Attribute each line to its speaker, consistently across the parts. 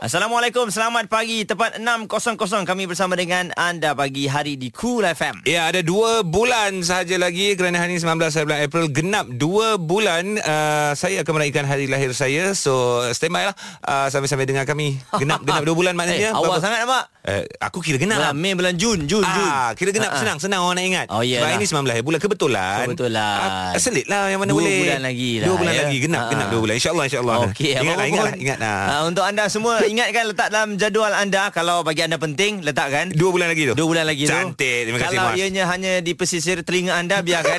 Speaker 1: Assalamualaikum, selamat pagi. Tepat 6.00 kami bersama dengan anda pagi hari di Cool FM.
Speaker 2: Ya, ada dua bulan sahaja lagi kerana hari ini 19 bulan April genap dua bulan uh, saya akan meraihkan hari lahir saya. So stand by lah uh, sampai-sampai dengar kami. Genap genap dua bulan
Speaker 1: Eh,
Speaker 2: maknanya.
Speaker 1: awal
Speaker 2: Berapa-
Speaker 1: sangat mak.
Speaker 2: Eh, aku kira genap.
Speaker 1: Bulan Mei, bulan Jun, Jun, Jun.
Speaker 2: Ah, kira
Speaker 1: Ah,
Speaker 2: genap
Speaker 1: ah.
Speaker 2: senang senang orang nak ingat.
Speaker 1: Oh,
Speaker 2: Sebab
Speaker 1: iyalah.
Speaker 2: ini 19 bulan kebetulan.
Speaker 1: Kebetulan.
Speaker 2: Ah, selit lah yang mana
Speaker 1: Dua
Speaker 2: boleh.
Speaker 1: bulan lagi lah,
Speaker 2: Dua bulan
Speaker 1: ya.
Speaker 2: lagi genap
Speaker 1: Ah, ah.
Speaker 2: genap dua bulan. Insya-Allah insya-Allah. lah,
Speaker 1: Okey,
Speaker 2: ingatlah,
Speaker 1: apa-apa
Speaker 2: ingatlah,
Speaker 1: pun.
Speaker 2: ingatlah.
Speaker 1: Ah, untuk anda semua ingatkan letak dalam jadual anda kalau bagi anda penting letakkan
Speaker 2: Dua bulan lagi tu.
Speaker 1: Dua bulan lagi tu
Speaker 2: Cantik. Terima kasih,
Speaker 1: Kalau
Speaker 2: Mas.
Speaker 1: ianya hanya di pesisir telinga anda Biarkan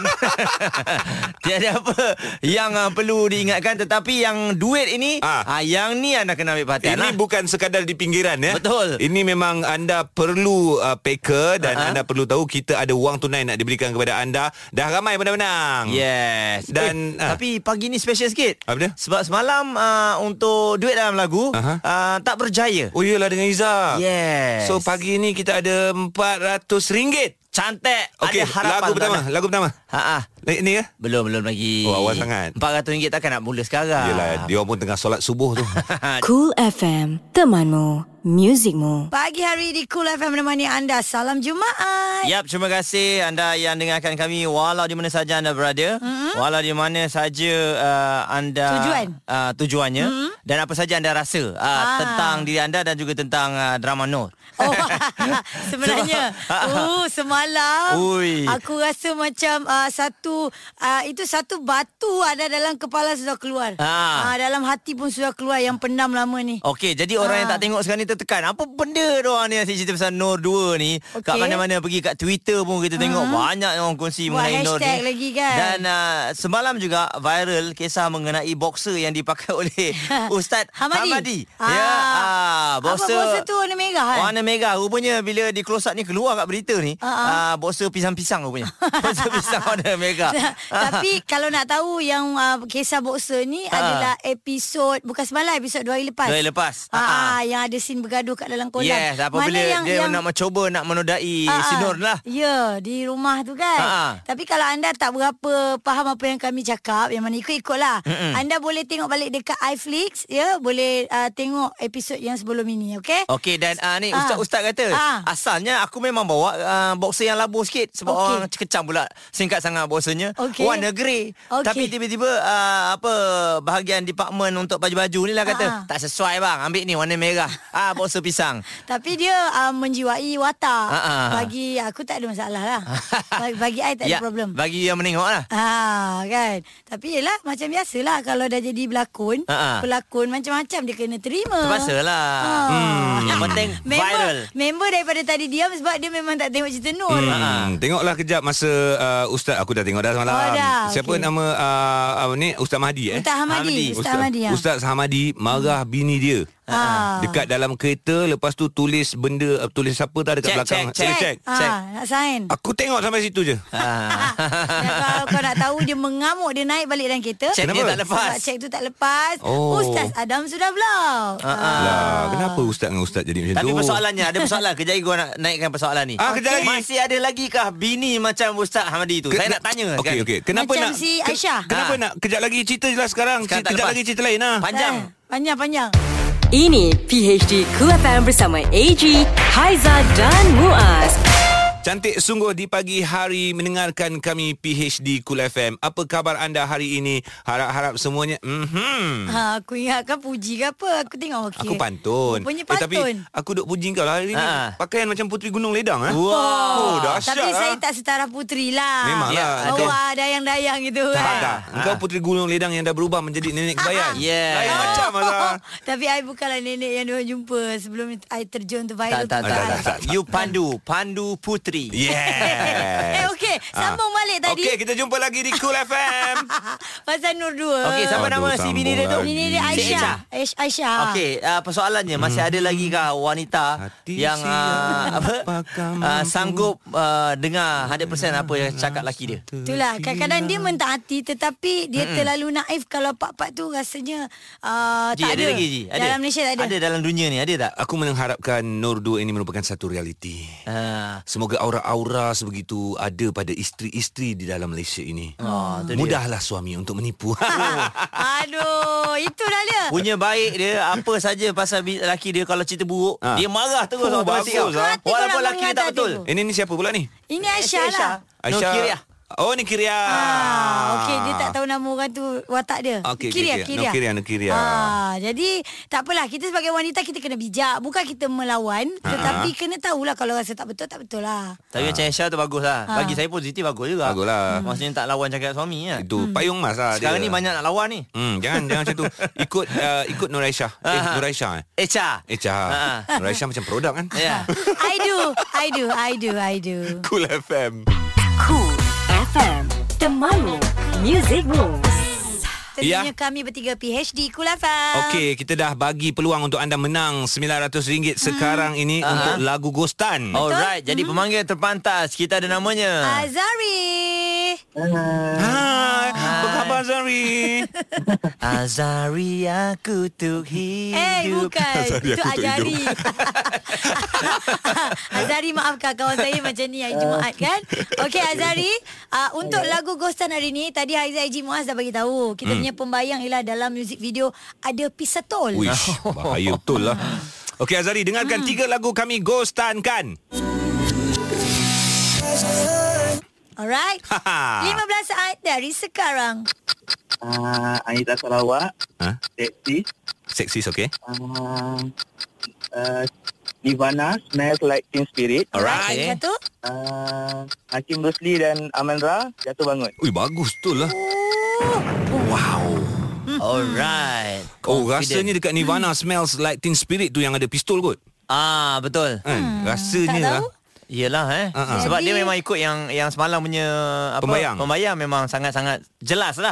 Speaker 1: Tiada apa Yang uh, perlu diingatkan Tetapi yang duit ini
Speaker 2: Ah.
Speaker 1: ah, Yang ni anda kena ambil perhatian
Speaker 2: Ini
Speaker 1: lah.
Speaker 2: bukan sekadar di pinggiran ya.
Speaker 1: Betul. Ah,
Speaker 2: Ini memang anda perlu uh, packer dan
Speaker 1: Ha-ha.
Speaker 2: uh-huh. anda perlu tahu kita ada wang tunai nak diberikan kepada anda. Dah ramai menang-menang.
Speaker 1: Yes. Oh.
Speaker 2: Dan,
Speaker 1: eh,
Speaker 2: ah.
Speaker 1: tapi pagi ni special sikit.
Speaker 2: Apa dia?
Speaker 1: Sebab semalam uh, untuk duit dalam lagu uh-huh.
Speaker 2: Aha.
Speaker 1: uh, tak berjaya.
Speaker 2: Oh iyalah dengan Iza.
Speaker 1: Yes.
Speaker 2: So pagi ni kita ada RM400.
Speaker 1: cantik.
Speaker 2: Okey,
Speaker 1: ada harapan
Speaker 2: lagu
Speaker 1: untuk
Speaker 2: pertama,
Speaker 1: anda.
Speaker 2: lagu pertama.
Speaker 1: Ha ah.
Speaker 2: Ni, ni ya?
Speaker 1: Belum belum lagi.
Speaker 2: Oh, awal sangat.
Speaker 1: RM400 takkan nak mula sekarang.
Speaker 2: Yelah, dia pun tengah solat subuh tu.
Speaker 3: Cool FM, temanmu, muzikmu.
Speaker 4: Pagi hari di Cool FM menemani anda. Salam Jumaat.
Speaker 1: Yap, terima kasih anda yang dengarkan kami walau di mana saja anda berada, mm-hmm. walau di mana saja uh, anda
Speaker 4: Tujuan.
Speaker 1: uh, tujuannya mm-hmm. dan apa saja anda rasa uh, ah.
Speaker 4: Ah.
Speaker 1: tentang diri anda dan juga tentang uh, drama Nur.
Speaker 4: Oh, sebenarnya.
Speaker 1: Sebab-
Speaker 4: oh, semalam
Speaker 1: Ui.
Speaker 4: aku rasa macam uh, satu uh, itu satu batu ada dalam kepala sudah keluar.
Speaker 1: Ah.
Speaker 4: Uh, dalam hati pun sudah keluar yang pendam lama ni.
Speaker 1: Okey, jadi orang yang tak
Speaker 4: Ah.
Speaker 1: tengok sekarang ni tertekan. Apa benda diorang ni asyik cerita pasal Nur 2 ni? Okay. Kat
Speaker 4: Okey. Ah.
Speaker 1: mana-mana pergi kat Twitter pun kita tengok uh-huh. banyak yang orang kongsi
Speaker 4: Buat
Speaker 1: mengenai Nur ni.
Speaker 4: hashtag lagi kan?
Speaker 1: Dan uh, semalam juga viral kisah mengenai boxer yang dipakai oleh Ustaz
Speaker 4: Hamadi.
Speaker 1: Hamadi.
Speaker 4: Ah.
Speaker 1: Ya, ah,
Speaker 4: Apa boxer tu warna merah, kan? Ah,
Speaker 1: Warna mega. Rupanya bila di close up ni keluar kat berita ni, uh-huh. uh, boxer pisang-pisang rupanya. boxer pisang warna mega.
Speaker 4: Tapi kalau nak tahu yang uh, kisah boxer ni adalah episod bukan semalam episod dua hari lepas.
Speaker 1: Ha. Dua hari lepas.
Speaker 4: Ah,
Speaker 1: Ah, ah.
Speaker 4: yang ada sin bergaduh kat dalam kolam.
Speaker 1: Yes, apa
Speaker 4: Mana
Speaker 1: bila
Speaker 4: yang,
Speaker 1: dia
Speaker 4: yang
Speaker 1: nak mencuba nak menodai uh,
Speaker 4: Ah,
Speaker 1: si
Speaker 4: ah.
Speaker 1: Nur lah.
Speaker 4: Ya, di rumah tu kan.
Speaker 1: Ah, ah.
Speaker 4: Tapi kalau anda tak berapa faham apa yang kami cakap, yang mana ikut-ikutlah. Mm-mm. Anda boleh tengok balik dekat iFlix, ya, boleh uh, tengok episod yang sebelum ini, okey?
Speaker 1: Okey dan uh, ni
Speaker 4: Ah.
Speaker 1: ustaz-ustaz kata
Speaker 4: Ah.
Speaker 1: asalnya aku memang bawa uh, boxer yang labu sikit sebab okay.
Speaker 4: Okey.
Speaker 1: orang kecam pula singkat sangat boxernya
Speaker 4: Okey.
Speaker 1: warna grey
Speaker 4: Okey.
Speaker 1: tapi tiba-tiba uh, apa bahagian department untuk baju-baju ni lah kata
Speaker 4: Ah.
Speaker 1: tak sesuai bang ambil ni warna merah ah boxer pisang
Speaker 4: Tapi dia uh, menjiwai watak.
Speaker 1: Ah, ah.
Speaker 4: Bagi aku tak ada masalah lah. bagi, bagi I tak ada problem.
Speaker 1: Ya, bagi yang menengok lah
Speaker 4: Ah kan. Tapi yelah macam biasalah kalau dah jadi berlakon,
Speaker 1: Ah, ah.
Speaker 4: pelakon macam-macam dia kena terima.
Speaker 1: terpaksa lah
Speaker 4: Ah.
Speaker 1: hmm. yang penting
Speaker 4: Member,
Speaker 1: viral
Speaker 4: member daripada tadi diam sebab dia memang tak tengok cerita Nur.
Speaker 1: Ha,
Speaker 2: Hmm, tengoklah kejap masa uh, Ustaz aku dah tengok dah semalam.
Speaker 4: Oh, dah,
Speaker 2: Siapa
Speaker 4: okey.
Speaker 2: nama uh, apa ni Ustaz Mahdi eh?
Speaker 4: Ustaz Hamadi.
Speaker 1: Hamadi. Hmm. Ha.
Speaker 4: Ustaz Hamadi. ya.
Speaker 2: Ustaz Hamadi marah bini dia.
Speaker 4: Ah.
Speaker 2: Dekat dalam kereta lepas tu tulis benda uh, tulis apa tak dekat
Speaker 1: Check,
Speaker 2: belakang.
Speaker 1: check, check.
Speaker 2: check.
Speaker 4: Ah,
Speaker 1: Check.
Speaker 4: nak sign.
Speaker 2: Aku tengok sampai situ je.
Speaker 1: ah.
Speaker 4: Dan kalau kau nak tahu dia mengamuk dia naik balik dalam kereta.
Speaker 1: Cek dia
Speaker 2: Kenapa?
Speaker 1: tak lepas
Speaker 4: Sebab cek tu tak lepas.
Speaker 2: Oh.
Speaker 4: Ustaz Adam sudah blog.
Speaker 1: ah.
Speaker 2: Lah, kenapa ustaz dengan ustaz jadi macam
Speaker 1: Tapi
Speaker 2: tu?
Speaker 1: persoalannya Ada persoalan Kejap lagi gua nak naikkan persoalan ni
Speaker 2: Ah, kejap lagi.
Speaker 1: Masih ada lagi kah Bini macam Ustaz Hamadi tu
Speaker 2: Ke-
Speaker 1: Saya nak tanya kan?
Speaker 2: Okey
Speaker 1: sekarang.
Speaker 2: okey. Kenapa
Speaker 4: Macam
Speaker 2: nak
Speaker 4: si
Speaker 2: ke-
Speaker 4: Aisyah.
Speaker 2: Kenapa
Speaker 1: Ah.
Speaker 2: nak kejap lagi cerita jelas sekarang.
Speaker 1: Sekarang Kan,
Speaker 2: Cerita-
Speaker 1: tak
Speaker 2: Kejap
Speaker 1: lepas.
Speaker 2: lagi cerita lain ah.
Speaker 1: Panjang
Speaker 4: Eh, Panjang-panjang.
Speaker 3: Ini PHD Cool FM bersama AG, Haiza dan Muaz.
Speaker 2: Cantik sungguh di pagi hari mendengarkan kami PHD Cool FM. Apa khabar anda hari ini? Harap-harap semuanya. Mhm.
Speaker 4: Ha, aku ingatkan puji ke apa Aku tengok okey
Speaker 2: Aku pantun.
Speaker 4: Rupanya
Speaker 2: Eh, tapi
Speaker 4: pantun
Speaker 2: aku duk puji kau lah hari ni.
Speaker 1: Ah.
Speaker 2: Pakaian macam Puteri Gunung Ledang ah.
Speaker 1: Wow
Speaker 2: Oh, dahsyat.
Speaker 4: Tapi saya
Speaker 2: ah.
Speaker 4: tak setara puteri lah
Speaker 2: Memanglah.
Speaker 1: Ya,
Speaker 4: Bawa
Speaker 1: betul.
Speaker 4: dayang-dayang gitu
Speaker 2: tak
Speaker 4: kan
Speaker 2: ada.
Speaker 1: Ah.
Speaker 2: Engkau Puteri Gunung Ledang yang dah berubah menjadi nenek kebayan.
Speaker 1: Ha, Yeah.
Speaker 2: Lain macam lah.
Speaker 4: Oh. Tapi I bukanlah nenek yang diorang jumpa Sebelum I terjun tu
Speaker 1: tak,
Speaker 4: viral
Speaker 1: tak,
Speaker 4: tu
Speaker 1: tak,
Speaker 4: kan.
Speaker 1: tak, tak. You Pandu Pandu Puteri.
Speaker 4: Eh,
Speaker 2: Yes. Ha.
Speaker 4: okey. Sambung balik tadi.
Speaker 2: Okey, kita jumpa lagi di Cool FM.
Speaker 4: Pasal Nur 2.
Speaker 1: Okey, siapa
Speaker 2: Aduh,
Speaker 1: nama si
Speaker 2: sambung
Speaker 1: bini dia tu?
Speaker 2: lagi.
Speaker 4: Bini dia Aisyah. Aish- Aisyah.
Speaker 1: Okey, uh, persoalannya masih ada lagi kah wanita
Speaker 2: Hati
Speaker 1: yang uh, apa
Speaker 2: siapakah
Speaker 1: uh,
Speaker 2: mampu
Speaker 1: sanggup uh, dengar 100% apa yang cakap laki dia?
Speaker 4: Itulah kadang-kadang dia mentaati tetapi dia mm terlalu naif kalau pak-pak tu rasanya uh,
Speaker 1: Ji,
Speaker 4: tak
Speaker 1: ada, lagi Ji? Ada.
Speaker 4: Dalam Malaysia tak ada.
Speaker 1: Ada dalam dunia ni, ada tak?
Speaker 2: Aku mengharapkan Nur 2 ini merupakan satu realiti.
Speaker 1: Uh,
Speaker 2: Semoga aura-aura sebegitu ada pada isteri-isteri di dalam Malaysia ini.
Speaker 1: Oh, tu dia. Ah.
Speaker 2: Mudahlah suami untuk menipu.
Speaker 4: Aduh, itulah dia.
Speaker 1: punya baik dia apa saja pasal bi- laki dia kalau cerita buruk,
Speaker 2: Ah.
Speaker 1: dia marah terus
Speaker 2: Oh,
Speaker 1: automatik
Speaker 2: bagus,
Speaker 1: tau.
Speaker 2: ah.
Speaker 4: Hati
Speaker 1: Walaupun
Speaker 4: korang
Speaker 1: laki dia tak
Speaker 4: mengajar
Speaker 1: betul.
Speaker 4: dia tu.
Speaker 2: Ini Eh, ni siapa pula ni?
Speaker 4: Ini Aisyah lah.
Speaker 1: Aisyah. No, ya. Kiriah.
Speaker 2: Oh, ni Kiria.
Speaker 4: Ah, okey dia tak tahu nama orang tu watak dia.
Speaker 2: Okey, okey,
Speaker 4: Kiria,
Speaker 2: okey. No, Kiria, no, Kiria.
Speaker 4: Ah, jadi tak apalah kita sebagai wanita kita kena bijak, bukan kita melawan tetapi kena tahulah kalau rasa tak betul tak betul lah.
Speaker 1: Tapi macam Aisyah tu bagus lah.
Speaker 4: Ah. Hmm.
Speaker 1: Bagi saya positif bagus juga.
Speaker 2: Ah. Bagus lah.
Speaker 1: Maksudnya tak lawan cakap suami kan.
Speaker 2: Itu payung mas lah
Speaker 1: Sekarang ni
Speaker 2: dia.
Speaker 1: banyak nak lawan ni.
Speaker 2: Hmm, jangan jangan macam tu. Ikut uh, ikut Nur Aisyah. Eh,
Speaker 1: Ah.
Speaker 2: Nur Aisyah eh.
Speaker 1: Echa.
Speaker 2: Echa.
Speaker 1: Ah.
Speaker 2: Nur Aisyah macam produk kan?
Speaker 1: Ya.
Speaker 4: I do, I do, I do, I do.
Speaker 2: Cool FM.
Speaker 3: Cool FM Temanmu Music Rules
Speaker 4: Tentunya kami bertiga PhD
Speaker 1: Ah.
Speaker 4: Kulafam.
Speaker 2: Okey, kita dah bagi peluang untuk anda menang RM900 sekarang
Speaker 1: Ah.
Speaker 2: ini untuk lagu Ghostan.
Speaker 1: Alright,
Speaker 4: Hmm.
Speaker 1: jadi pemanggil terpantas. Kita ada namanya.
Speaker 4: Azari.
Speaker 1: Ah.
Speaker 2: Hai, Ah. apa khabar Zari?
Speaker 1: Azari aku untuk hidup.
Speaker 4: Eh bukan
Speaker 2: Azari
Speaker 4: Itu
Speaker 2: aku tak
Speaker 4: Azari Azari maafkan Kawan saya macam ni Hari Jumaat kan Okey Azari uh, Untuk lagu Ghostan hari ni Tadi Haizah Eji Muaz dah bagi tahu Kita punya pembayang Ialah dalam music video Ada pisatol
Speaker 2: Wish, bahaya betul lah. Okey Azari,
Speaker 4: Hmm.
Speaker 2: dengarkan tiga lagu kami Ghostan kan?
Speaker 4: Alright
Speaker 2: Haha.
Speaker 4: 15 saat dari sekarang
Speaker 5: uh, Anita Sarawak,
Speaker 2: Ha?
Speaker 5: Taxi,
Speaker 2: Seksis, okey?
Speaker 5: uh, uh, Nirvana, Smells Like Teen Spirit,
Speaker 1: Alright.
Speaker 4: Yang
Speaker 2: Eh,
Speaker 4: Satu
Speaker 5: uh, Hakim Rusli dan Amandra, Jatuh Bangun.
Speaker 2: Ui, bagus betul lah. Wow.
Speaker 4: Hmm.
Speaker 1: Alright. Confident.
Speaker 2: Oh, rasanya dekat Nirvana Smells Like Teen Spirit tu yang ada pistol kot.
Speaker 1: Ah, betul.
Speaker 2: Kan?
Speaker 4: Hmm. Tak
Speaker 2: Rasanya
Speaker 4: tahu.
Speaker 2: lah.
Speaker 1: Yelah eh.
Speaker 2: Ah, ah.
Speaker 1: Sebab
Speaker 4: Jadi-
Speaker 1: dia memang ikut yang yang semalam punya apa
Speaker 2: Pembayang.
Speaker 1: pembayang memang sangat-sangat jelas lah.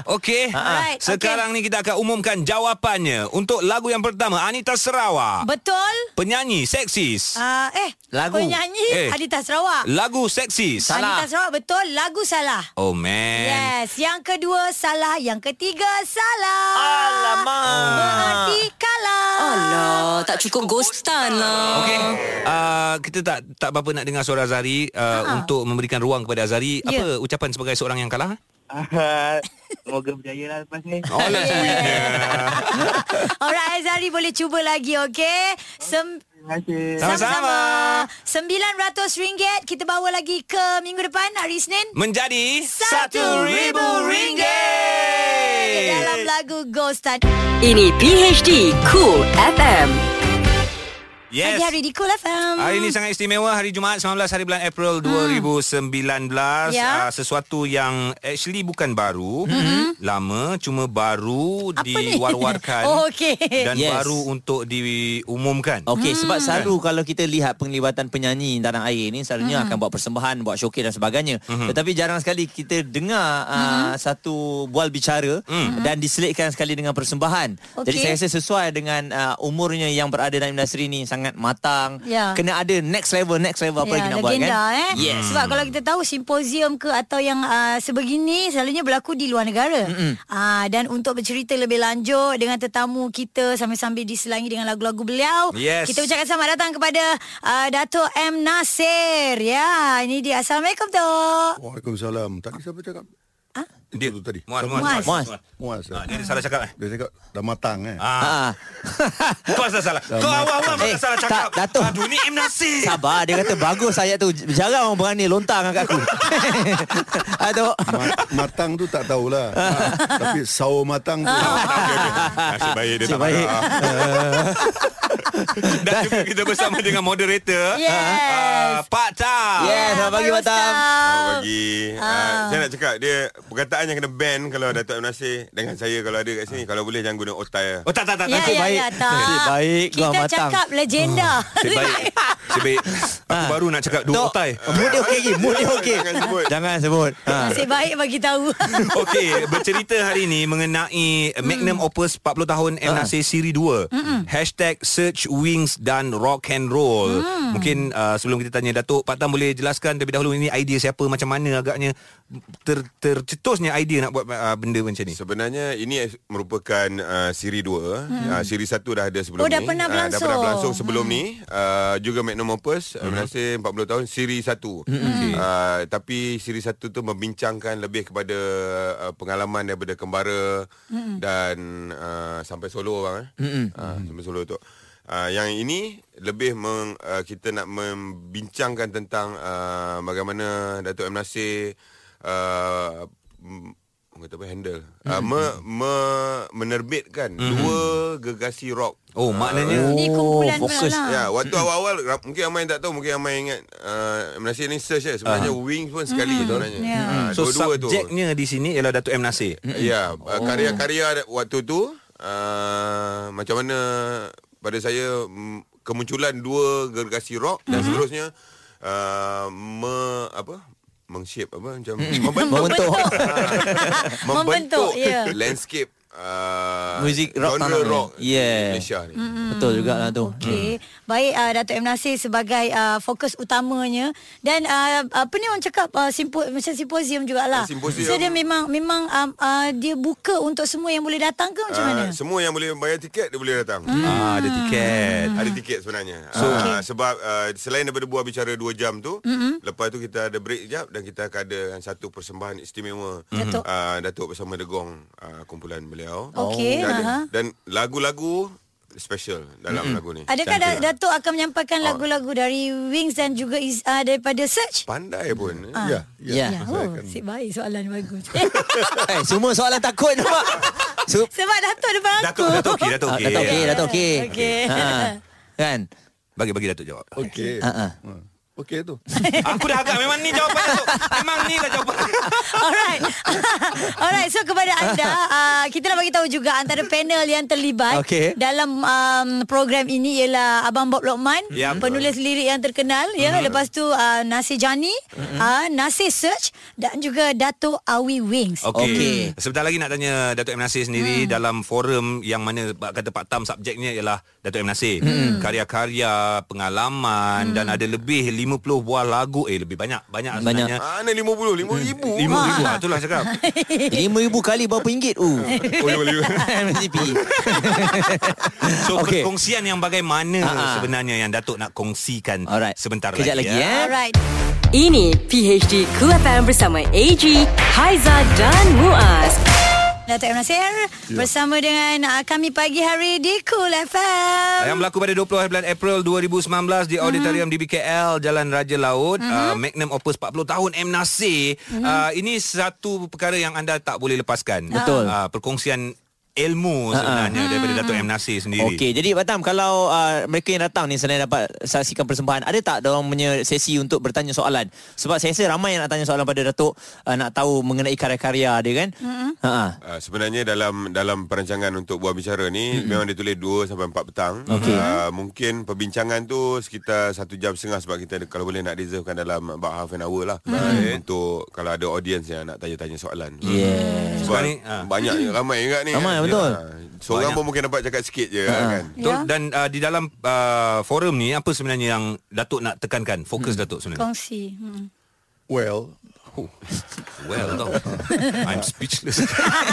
Speaker 1: Ha,
Speaker 2: Okey.
Speaker 1: ha.
Speaker 4: Alright, okey.
Speaker 2: Sekarang ni kita akan umumkan jawapannya. Untuk lagu yang pertama, Anita Sarawak.
Speaker 4: Betul
Speaker 2: Penyanyi seksis.
Speaker 4: uh, Eh
Speaker 1: Lagu.
Speaker 4: Penyanyi
Speaker 2: Eh.
Speaker 4: Adita Sarawak
Speaker 2: Lagu seksis.
Speaker 1: Salah.
Speaker 4: Anita Sarawak betul Lagu salah
Speaker 2: Oh man.
Speaker 4: Yes, yang kedua salah, yang ketiga salah.
Speaker 1: Alamak.
Speaker 4: Oh, Berarti kalah.
Speaker 3: Alah Oh, tak cukup ghostan lah
Speaker 2: Okey. Uh, kita tak tak apa nak dengar suara Azari uh, untuk memberikan ruang kepada Azari.
Speaker 4: Ha. Ya.
Speaker 2: Apa ucapan sebagai seorang yang kalah?
Speaker 5: Uh, semoga berjaya lah lepas ni.
Speaker 2: Oh, lah sweetnya.
Speaker 4: Alright, Azari boleh cuba lagi, okey? Sem-
Speaker 5: Terima kasih.
Speaker 2: Sama-sama.
Speaker 4: RM900 kita bawa lagi ke minggu depan hari Isnin.
Speaker 2: Menjadi
Speaker 4: Satu ribu Ke
Speaker 2: ringgit.
Speaker 4: Dalam lagu Ghost Town.
Speaker 3: Ini PHD Cool FM
Speaker 4: Pagi hari di Cool FM.
Speaker 2: Hari ini sangat istimewa Hari Jumaat 19 hari bulan April 2019
Speaker 4: Hmm. Ya.
Speaker 2: uh, Sesuatu yang actually bukan baru mm-hmm. Lama cuma baru
Speaker 4: Apa ni?
Speaker 2: diwar-warkan
Speaker 4: Oh, okey.
Speaker 2: Dan
Speaker 1: Yes.
Speaker 2: baru untuk diumumkan
Speaker 1: Okey, hmm. sebab selalu kalau kita lihat penglibatan penyanyi tanah air ni selalunya hmm. akan buat persembahan, buat showcase dan sebagainya. Hmm. Tetapi jarang sekali kita dengar hmm. uh, satu bual bicara hmm. dan diselitkan sekali dengan persembahan.
Speaker 4: Okey.
Speaker 1: Jadi saya rasa sesuai dengan uh, umurnya yang berada dalam industri ni sangat matang.
Speaker 4: Ya.
Speaker 1: Kena ada next level, next level apa
Speaker 4: Ya,
Speaker 1: lagi nak buat
Speaker 4: legenda,
Speaker 1: kan?
Speaker 4: Eh?
Speaker 1: Yes.
Speaker 4: Sebab kalau kita tahu simposium ke atau yang uh, sebegini selalunya berlaku di luar negara. Uh, dan untuk bercerita lebih lanjut dengan tetamu kita sambil-sambil diselangi dengan lagu-lagu beliau.
Speaker 2: Yes.
Speaker 4: Kita ucapkan selamat datang kepada uh, Dato' M. Nasir. Ya, ini dia. Assalamualaikum, Tok.
Speaker 6: Waalaikumsalam. Tadi siapa cakap?
Speaker 2: Dia
Speaker 6: Itu tadi.
Speaker 2: Muaz
Speaker 6: Siapa?
Speaker 2: Muaz,
Speaker 1: Muaz.
Speaker 2: Muaz. Muaz.
Speaker 6: Muaz.
Speaker 2: Ah, Dia ada salah cakap eh?
Speaker 6: Dia cakap dah matang eh.
Speaker 2: Ah.
Speaker 1: Ah.
Speaker 2: Kau asal salah Kau
Speaker 6: Muaz.
Speaker 2: awal-awal
Speaker 1: Eh,
Speaker 2: eh, salah
Speaker 1: tak,
Speaker 2: cakap
Speaker 1: Datuk.
Speaker 2: Aduh ni M. Nasir
Speaker 1: Sabar Dia kata bagus ayat tu Jarang orang berani Lontang angkat aku Aduh
Speaker 6: Ma- matang tu tak tahulah. Ah,
Speaker 2: Ah.
Speaker 6: Tapi sawo matang tu.
Speaker 2: Nasib baik dia
Speaker 1: Nasib baik.
Speaker 2: marah. Dan juga kita bersama dengan moderator
Speaker 4: Yes.
Speaker 2: ah, Pak Tam
Speaker 1: Yes, Eh, selamat pagi,
Speaker 4: Abang
Speaker 1: Batam.
Speaker 4: Rustam.
Speaker 7: Selamat pagi. Uh, saya nak cakap dia perkataan yang kena ban kalau Datuk M Nasir dengan saya kalau ada kat sini kalau boleh jangan guna eh. otai.
Speaker 2: Oh tak tak tak
Speaker 4: Ya,
Speaker 2: tak.
Speaker 4: ya,
Speaker 1: baik.
Speaker 4: ya, tak.
Speaker 1: Nasib baik,
Speaker 4: Kita
Speaker 1: gua Hmm. matang.
Speaker 4: cakap legenda.
Speaker 2: Nasib baik Nasib baik Aku
Speaker 1: Ah.
Speaker 2: baru nak cakap dua
Speaker 1: Tok,
Speaker 2: otai
Speaker 1: Mood dia okey lagi Mood dia okey
Speaker 7: Jangan sebut.
Speaker 1: Jangan sebut ha.
Speaker 4: Nasib baik bagi tahu.
Speaker 2: Okey, bercerita hari ini mengenai Magnum Opus 40 tahun M.
Speaker 1: Ah.
Speaker 2: Nasir Siri 2. Hashtag Search Wings dan Rock and Roll. Mungkin uh, sebelum kita tanya Datuk, Pak Tam boleh jelaskan terlebih dahulu ini idea siapa, macam mana agaknya ter, tercetusnya idea nak buat uh, benda macam ni?
Speaker 7: Sebenarnya ini merupakan uh, siri 2. Hmm. Uh, siri 1 dah ada sebelum
Speaker 4: Oh, dah
Speaker 7: ni.
Speaker 4: pernah
Speaker 7: Ah, dah
Speaker 4: berlangsung.
Speaker 7: pernah berlangsung sebelum hmm. ni. Uh, juga Magnum Opus hmm. Menasih 40 tahun siri 1. Hmm. Uh, tapi siri 1 tu membincangkan lebih kepada uh, pengalaman daripada kembara hmm. dan uh, sampai solo bang eh. Hmm. Uh, sampai solo tu. Uh, yang ini lebih meng, uh, kita nak membincangkan tentang uh, bagaimana Datuk M Nasir uh, m- orang kata apa handle uh, me, me, menerbitkan dua gegasi rock
Speaker 2: Oh, maknanya
Speaker 4: Ni kumpulan
Speaker 1: Oh, fokus.
Speaker 4: pula lah.
Speaker 7: Ya, waktu awal-awal ra- mungkin ramai yang tak tahu, mungkin ramai yang ingat uh, Malaysia ni search je sebenarnya
Speaker 1: Ah.
Speaker 7: wings pun sekali sebenarnya.
Speaker 4: Ya.
Speaker 7: Ah,
Speaker 2: so
Speaker 7: dua-dua tu.
Speaker 2: subjeknya di sini ialah Datuk M. Nasir.
Speaker 7: Ya, oh. karya-karya waktu tu uh, macam mana pada saya mm, kemunculan dua gergasi rock
Speaker 4: Mm-hmm.
Speaker 7: dan seterusnya uh, me, apa mengshape apa macam membentuk Ah,
Speaker 1: Membentuk
Speaker 4: Membentuk, ya.
Speaker 7: landscape uh,
Speaker 1: Muzik rock
Speaker 7: genre
Speaker 1: tanah ni.
Speaker 7: rock
Speaker 1: Yeah.
Speaker 7: Malaysia ni.
Speaker 4: Hmm.
Speaker 1: Betul juga lah tu
Speaker 4: Okey. Baik uh, Datuk M Nasir sebagai uh, fokus utamanya dan uh, apa ni orang cakap uh, simpo, macam simposium jugalah.
Speaker 7: Eh, Simposium.
Speaker 4: So dia memang memang um, uh, dia buka untuk semua yang boleh datang ke macam
Speaker 7: Ah,
Speaker 4: mana?
Speaker 7: Semua yang boleh bayar tiket dia boleh datang.
Speaker 2: Ah, ada tiket.
Speaker 7: Hmm.
Speaker 4: Mhm.
Speaker 7: Ada tiket sebenarnya. So, okay. sebab uh, selain daripada buah bicara 2 jam tu,
Speaker 4: Mhm.
Speaker 7: mm-hmm. lepas tu kita ada break jap dan kita akan ada satu persembahan istimewa
Speaker 4: Mhm. Datuk.
Speaker 7: Uh, Datuk bersama Degong uh, kumpulan beliau.
Speaker 4: Okey,
Speaker 7: Dan,
Speaker 4: aha. Mhm.
Speaker 7: dan lagu-lagu special dalam mm-hmm. lagu ni.
Speaker 4: Adakah da-
Speaker 7: Cantik. Ah.
Speaker 4: Datuk akan menyampaikan lagu-lagu dari Wings dan juga is, uh, daripada Search?
Speaker 7: pandai pun. eh.
Speaker 6: Ya,
Speaker 1: Ya.
Speaker 4: Ya,
Speaker 6: Saya
Speaker 4: oh,
Speaker 6: akan-
Speaker 4: akan... baik soalan bagus.
Speaker 1: Eh, semua soalan takut nampak so,
Speaker 4: Sebab Datuk depan aku.
Speaker 2: Datuk, Datuk okey, Ah, Datuk
Speaker 1: okay.
Speaker 2: okey.
Speaker 1: Datuk Ah, okey Ya. Datuk okey
Speaker 4: Okey.
Speaker 1: ha. Kan
Speaker 2: Bagi bagi Datuk jawab.
Speaker 6: Okey.
Speaker 1: Ha-ha.
Speaker 6: Ha. Okey tu.
Speaker 2: Aku dah agak memang ni jawapan Datuk. Memang ni dah jawapan.
Speaker 4: Alright. Alright, so kepada anda, uh, kita nak bagi tahu juga antara panel yang terlibat
Speaker 1: Okey.
Speaker 4: dalam um, program ini ialah Abang Bob Lokman,
Speaker 2: Ya.
Speaker 4: penulis lirik yang terkenal, ya. Lepas tu uh, Nasir Jani, uh, Nasir Search dan juga Dato Awi Wings.
Speaker 2: Okey.
Speaker 1: Okey.
Speaker 2: Sebentar lagi nak tanya Datuk M Nasir sendiri hmm. dalam forum yang mana Pak- kata Pak Tam subjeknya ialah Datuk M Nasir. Hmm. Karya-karya, pengalaman hmm. dan ada lebih 50 buah lagu eh lebih banyak banyak,
Speaker 1: Banyak.
Speaker 2: sebenarnya.
Speaker 7: Ah, ni 50, 5000.
Speaker 2: 50 ribu ah, itulah cakap.
Speaker 1: 5,000 kali berapa ringgit uh.
Speaker 7: Boleh boleh.
Speaker 1: Mesti pi. Okey.
Speaker 2: So okay. perkongsian yang bagaimana
Speaker 1: Ah, ah.
Speaker 2: sebenarnya yang Datuk nak kongsikan
Speaker 1: Alright
Speaker 2: sebentar
Speaker 1: Kejap
Speaker 2: lagi.
Speaker 1: lagi, lagi
Speaker 2: ya.
Speaker 1: eh.
Speaker 4: Alright.
Speaker 3: Ini PHD Cool FM bersama AG, Haiza dan Muaz.
Speaker 4: Dato' M. Nasir bersama dengan uh, kami pagi hari di Cool FM.
Speaker 2: Yang berlaku pada 20 bulan April 2019 di Auditorium mm-hmm. DBKL Jalan Raja Laut
Speaker 1: Mhm.
Speaker 2: mm-hmm. uh, Magnum Opus 40 tahun M Nasir. Mm-hmm. Uh, ini satu perkara yang anda tak boleh lepaskan.
Speaker 1: Betul. Hmm.
Speaker 2: Uh, perkongsian ilmu sebenarnya daripada Datuk M Nasir sendiri.
Speaker 1: Okey, jadi Batam kalau uh, mereka yang datang ni selain dapat saksikan persembahan, ada tak dorang punya sesi untuk bertanya soalan? Sebab saya rasa ramai yang nak tanya soalan pada Datuk uh, nak tahu mengenai karya-karya dia kan. Mm-hmm. Ha ah.
Speaker 7: Uh, sebenarnya dalam dalam perancangan untuk buat bicara ni mm-hmm. memang dia tulis 2 sampai 4 petang.
Speaker 1: Okey.
Speaker 7: Uh, mungkin perbincangan tu sekitar 1 jam setengah sebab kita ada- kalau boleh nak reservekan dalam about half an hour lah mm-hmm. untuk kalau ada audience yang nak tanya-tanya soalan.
Speaker 1: Yeah.
Speaker 7: Sebab
Speaker 2: Sekarang ni,
Speaker 7: ni,
Speaker 2: ah.
Speaker 7: banyak ramai juga ni.
Speaker 1: Ramai,
Speaker 7: kan?
Speaker 1: betul.
Speaker 7: Ya. Seorang pun mungkin dapat cakap sikit je kan.
Speaker 2: Betul?
Speaker 1: Ya.
Speaker 2: Dan uh, di dalam uh, forum ni apa sebenarnya yang Datuk nak tekankan? Fokus hmm. Datuk sebenarnya. Oh,
Speaker 4: Kongsi. Hmm.
Speaker 6: Well,
Speaker 2: Well, tau. I'm speechless.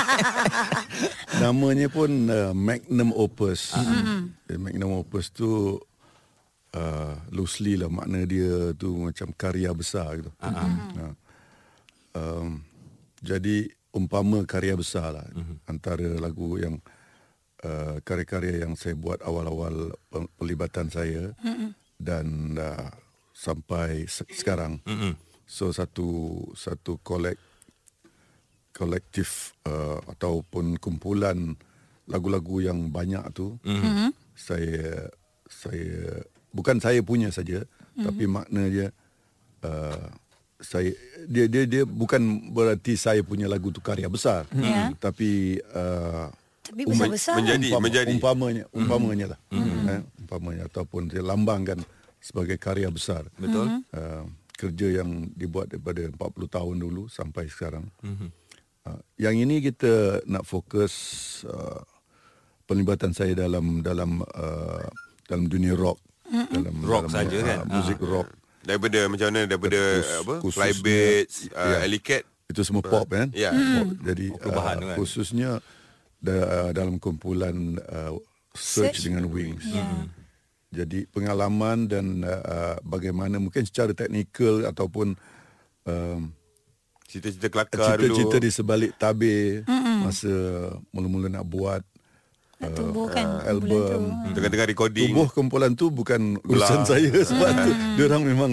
Speaker 6: namanya pun uh, Magnum Opus. Eh, Magnum Opus tu uh, loosely lah makna dia tu macam karya besar gitu. Ha. Um, jadi umpama karya besar lah antara lagu yang uh, karya-karya yang saya buat awal-awal pen- pelibatan saya dan uh, sampai se- sekarang. So satu satu kolek kolektif uh,
Speaker 4: Mhm.
Speaker 6: ataupun kumpulan lagu-lagu yang banyak tu mm-hmm. saya saya bukan saya punya
Speaker 4: Mhm.
Speaker 6: saja mm-hmm. tapi makna dia uh, saya dia dia dia bukan berarti saya punya lagu tu karya besar
Speaker 4: Ya.
Speaker 6: tapi uh,
Speaker 4: Tapi besar-besar. Mhm.
Speaker 7: menjadi- menjadi.
Speaker 6: umpamanya umpamanya lah eh, umpamanya ataupun saya lambangkan sebagai karya besar
Speaker 2: Betul?
Speaker 6: uh, kerja yang dibuat daripada 40 tahun dulu sampai sekarang. Mm-hmm. Uh, yang ini kita nak fokus uh, penlibatan saya dalam dalam uh, dalam dunia rock, mm-hmm. dalam
Speaker 2: Rock
Speaker 6: dalam,
Speaker 2: saja kan?
Speaker 6: Uh, muzik rock
Speaker 7: Daripada macam mana Daripada
Speaker 6: Terus-
Speaker 7: apa
Speaker 6: khususnya-
Speaker 7: Flybits
Speaker 6: Ya.
Speaker 7: uh, Alicat
Speaker 6: itu semua pop kan?
Speaker 7: Ya.
Speaker 4: Mm.
Speaker 6: Pop. Jadi
Speaker 2: Pop perubahan
Speaker 6: uh,
Speaker 2: tu kan?
Speaker 6: khususnya da, ah, dalam kumpulan uh, search,
Speaker 4: Search.
Speaker 6: dengan wings.
Speaker 4: Ya.
Speaker 6: Jadi pengalaman dan uh, bagaimana mungkin secara teknikal ataupun um,
Speaker 7: Cerita-cerita kelakar dulu
Speaker 6: cita-cita di sebalik tabir mm-hmm. masa mula-mula nak buat
Speaker 4: Nak tumbuhkan
Speaker 6: uh,
Speaker 4: bulan tu.
Speaker 6: album
Speaker 7: Tengah-tengah recording
Speaker 6: tubuh kumpulan tu bukan urusan saya sebab tu dia orang memang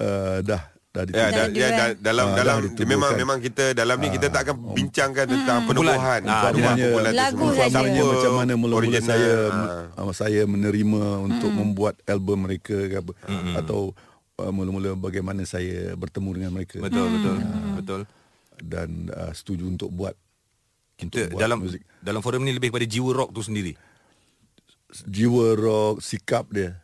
Speaker 6: uh, dah dah
Speaker 7: Ya,
Speaker 4: Dalam
Speaker 6: ditentukan.
Speaker 7: da, ya
Speaker 4: duel.
Speaker 7: da, dalam
Speaker 6: Ah,
Speaker 7: dalam
Speaker 6: dah ditubuhkan. Ah.
Speaker 7: memang memang kita dalam ni kita tak akan bincangkan tentang penubuhan
Speaker 2: Ah,
Speaker 7: penubuhan
Speaker 6: umpamanya-
Speaker 7: kumpulan tu
Speaker 4: Hmm. Lagu
Speaker 7: semua.
Speaker 4: saja.
Speaker 6: Umpamanya
Speaker 7: Siapa
Speaker 6: macam mana mula-mula
Speaker 7: original,
Speaker 6: saya
Speaker 7: ah.
Speaker 6: uh, saya menerima untuk membuat album mereka ke apa atau uh, mula-mula bagaimana saya bertemu dengan mereka
Speaker 2: Betul, betul.
Speaker 1: Hmm.
Speaker 2: Betul.
Speaker 6: dan uh, setuju untuk buat
Speaker 2: Kita
Speaker 6: Untuk buat
Speaker 2: dalam
Speaker 6: muzik.
Speaker 2: dalam forum ni lebih kepada jiwa rock tu sendiri.
Speaker 6: jiwa rock sikap dia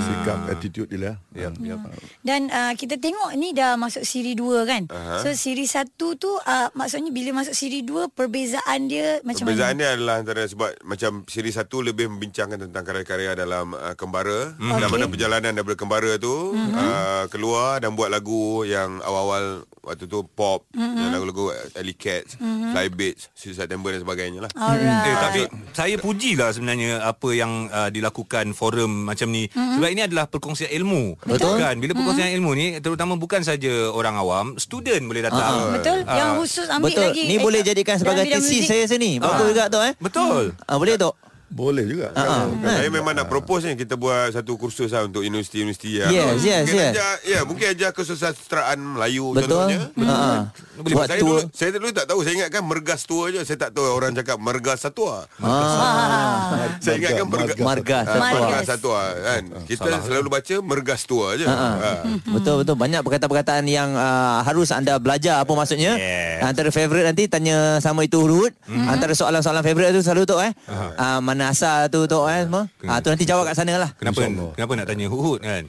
Speaker 6: sikap attitude dia lah
Speaker 2: Ya, ya.
Speaker 4: Dan uh, kita tengok ni dah masuk siri 2 kan. Uh-huh. So siri 1 tu uh, maksudnya bila masuk siri 2 perbezaan dia macam
Speaker 7: Perbezaan
Speaker 4: mana?
Speaker 7: dia adalah antara sebab macam siri satu lebih membincangkan tentang karya-karya dalam uh, Kembara hmm. dan
Speaker 4: Okey.
Speaker 7: mana perjalanan daripada Kembara tu hmm. uh, keluar dan buat lagu yang awal-awal waktu tu pop hmm. yang lagu-lagu Alley Cats, hmm. Flybaits, Suicide Temper dan sebagainya lah.
Speaker 4: Alright.
Speaker 2: Eh, tapi saya pujilah sebenarnya apa yang uh, dilakukan forum macam ni. Mm-hmm. Sebab ini adalah perkongsian ilmu. Betul. Kan? Bila perkongsian mm-hmm. ilmu ni terutama bukan saja orang awam, student boleh datang. Uh-huh.
Speaker 4: Betul? Uh, yang khusus ambil
Speaker 1: Ah. Betul.
Speaker 4: lagi.
Speaker 1: Ni
Speaker 4: eh,
Speaker 1: boleh jadikan
Speaker 4: dalam
Speaker 1: sebagai
Speaker 4: bidang
Speaker 1: tesis
Speaker 4: muzik. Ah.
Speaker 1: saya sini. Bagus juga tu eh.
Speaker 2: Betul.
Speaker 1: Ah, boleh tak?
Speaker 6: boleh juga
Speaker 1: Ah,
Speaker 6: Kalau-
Speaker 7: Saya memang nak propose ni kita buat satu kursus lah untuk universiti-universiti yang
Speaker 1: Yes, yes,
Speaker 7: mungkin
Speaker 1: yes.
Speaker 7: ajar, ya, mungkin ajar kesusasteraan Melayu
Speaker 1: Betul.
Speaker 7: contohnya.
Speaker 1: Ha.
Speaker 7: Boleh
Speaker 1: Buat
Speaker 7: saya
Speaker 1: tour.
Speaker 7: dulu, saya dulu tak tahu Saya ingatkan mergas tua je Saya tak tahu orang cakap mergas satwa
Speaker 1: Ah.
Speaker 7: Saya ingatkan mergas
Speaker 6: Marga-
Speaker 1: Marga
Speaker 7: Ah,
Speaker 1: satwa.
Speaker 7: Mergas satwa kan
Speaker 6: Ah,
Speaker 7: Kita selalu baca mergas tua
Speaker 1: Ha,
Speaker 7: je Ah.
Speaker 1: Hmm. Betul betul banyak perkataan-perkataan yang uh, harus anda belajar apa maksudnya.
Speaker 2: Yes.
Speaker 1: Antara favorite nanti tanya sama itu hurut.
Speaker 7: Hmm.
Speaker 1: Antara soalan-soalan favorite tu selalu tok eh. Uh, mana asal tu tok eh semua. Ah tu nanti jawab kat sana lah.
Speaker 2: Kenapa
Speaker 6: InsyaAllah.
Speaker 2: kenapa nak tanya Huhud kan?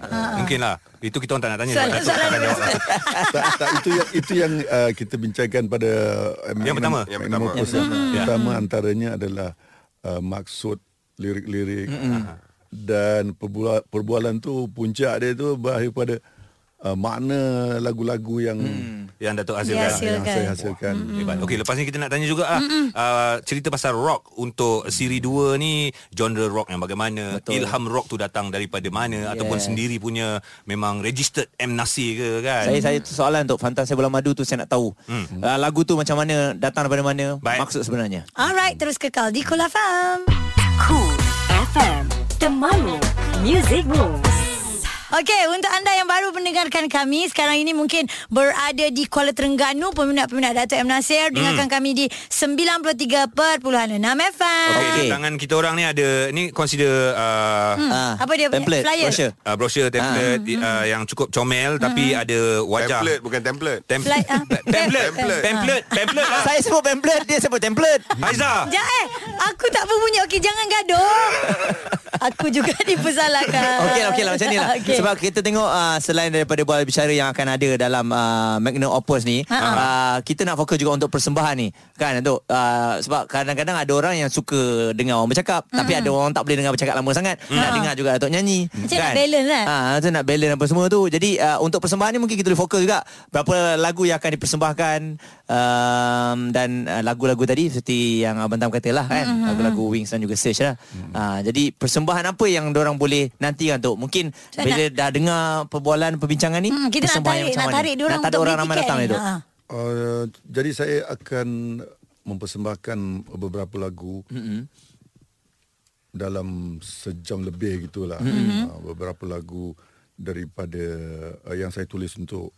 Speaker 2: Mungkinlah. Itu kita orang tak nak tanya sebab Datuk
Speaker 4: Soalan-soalan
Speaker 2: tak
Speaker 4: dia
Speaker 2: jawab lah.
Speaker 6: tak, tak, itu yang itu yang uh, kita bincangkan pada uh,
Speaker 2: Yang pertama.
Speaker 6: Magnum-
Speaker 7: Yang
Speaker 6: Magnum
Speaker 7: pertama.
Speaker 6: Opus
Speaker 7: Yang
Speaker 6: yang pertama antaranya adalah uh, maksud lirik-lirik Ah. dan perbua- perbualan tu puncak dia tu berakhir pada uh, makna lagu-lagu yang
Speaker 2: Yang Datuk Azil
Speaker 4: Dia
Speaker 2: dah.
Speaker 4: hasil.
Speaker 6: yang saya hasilkan.
Speaker 2: Hebat. Okey, lepas ni kita nak tanya juga ah uh, cerita pasal rock untuk siri 2 ni genre rock yang bagaimana? Betul. Ilham rock tu datang daripada mana yes. ataupun
Speaker 1: Yes.
Speaker 2: sendiri punya memang registered M Nasir ke kan?
Speaker 1: Saya Eh, saya tu soalan tu Fantasia Bulan Madu tu saya nak tahu.
Speaker 7: Hmm.
Speaker 1: Uh, lagu tu macam mana datang daripada mana?
Speaker 2: Baik.
Speaker 1: Maksud sebenarnya.
Speaker 4: Alright, terus kekal di Kola Farm.
Speaker 3: Cool FM Temanmu Music Moves
Speaker 4: Okey, untuk anda yang baru mendengarkan kami sekarang ini mungkin berada di Kuala Terengganu peminat-peminat Dato' M. Nasir
Speaker 7: Hmm.
Speaker 4: dengarkan kami di 93.6 FM.
Speaker 2: Okey, okay.
Speaker 1: Okey.
Speaker 2: tangan kita orang ni ada ni consider uh, hmm.
Speaker 1: Ah,
Speaker 4: Apa dia punya?
Speaker 1: template,
Speaker 4: Flyer?
Speaker 1: brochure.
Speaker 2: uh, brosur template
Speaker 1: Ah.
Speaker 2: uh, uh, yang cukup comel tapi
Speaker 1: Hmm.
Speaker 2: ada wajah
Speaker 7: Template bukan template
Speaker 2: Tem-
Speaker 4: Fly- ah.
Speaker 2: pamphlet
Speaker 7: Pamphlet.
Speaker 2: pamphlet pamphlet lah
Speaker 1: Ah. Saya sebut pamphlet dia sebut template.
Speaker 2: Haiza
Speaker 4: Jangan eh Aku tak berbunyi Okey jangan gaduh Aku juga dipersalahkan
Speaker 1: Okey lah, okey lah macam ni lah. Okay. Sebab kita tengok uh, selain daripada bual bicara yang akan ada dalam uh, Magnum Opus ni,
Speaker 4: Ha,
Speaker 1: uh, kita nak fokus juga untuk persembahan ni. Kan untuk uh, sebab kadang-kadang ada orang yang suka dengar orang bercakap, mm. tapi ada orang tak boleh dengar bercakap lama sangat. Mm. Nak
Speaker 4: Ha.
Speaker 1: dengar juga Datuk nyanyi.
Speaker 4: Macam nak balance lah.
Speaker 1: Ah, ha, nak balance apa semua tu. Jadi uh, untuk persembahan ni mungkin kita boleh fokus juga berapa lagu yang akan dipersembahkan um, dan uh, lagu-lagu tadi seperti yang Abang Tam katalah kan.
Speaker 4: Mm-hmm.
Speaker 1: Lagu-lagu Wings dan juga Search lah. Ah, jadi persembahan apa yang orang boleh nantikan tu? Mungkin
Speaker 4: Saya
Speaker 1: bila dah dengar perbualan perbincangan ni
Speaker 4: Hmm, kita nak
Speaker 1: persembahan yang
Speaker 4: tarik Nak
Speaker 1: macam mana?
Speaker 4: tarik diorang
Speaker 1: Nak tarik
Speaker 4: untuk
Speaker 1: orang
Speaker 4: beli
Speaker 1: ramai
Speaker 4: tiket
Speaker 1: datang
Speaker 4: ni.
Speaker 1: ni tu.
Speaker 4: Ha.
Speaker 6: Uh, jadi saya akan mempersembahkan beberapa lagu mm-hmm. dalam sejam lebih gitulah. Mm-hmm. Uh, beberapa lagu daripada uh, yang saya tulis untuk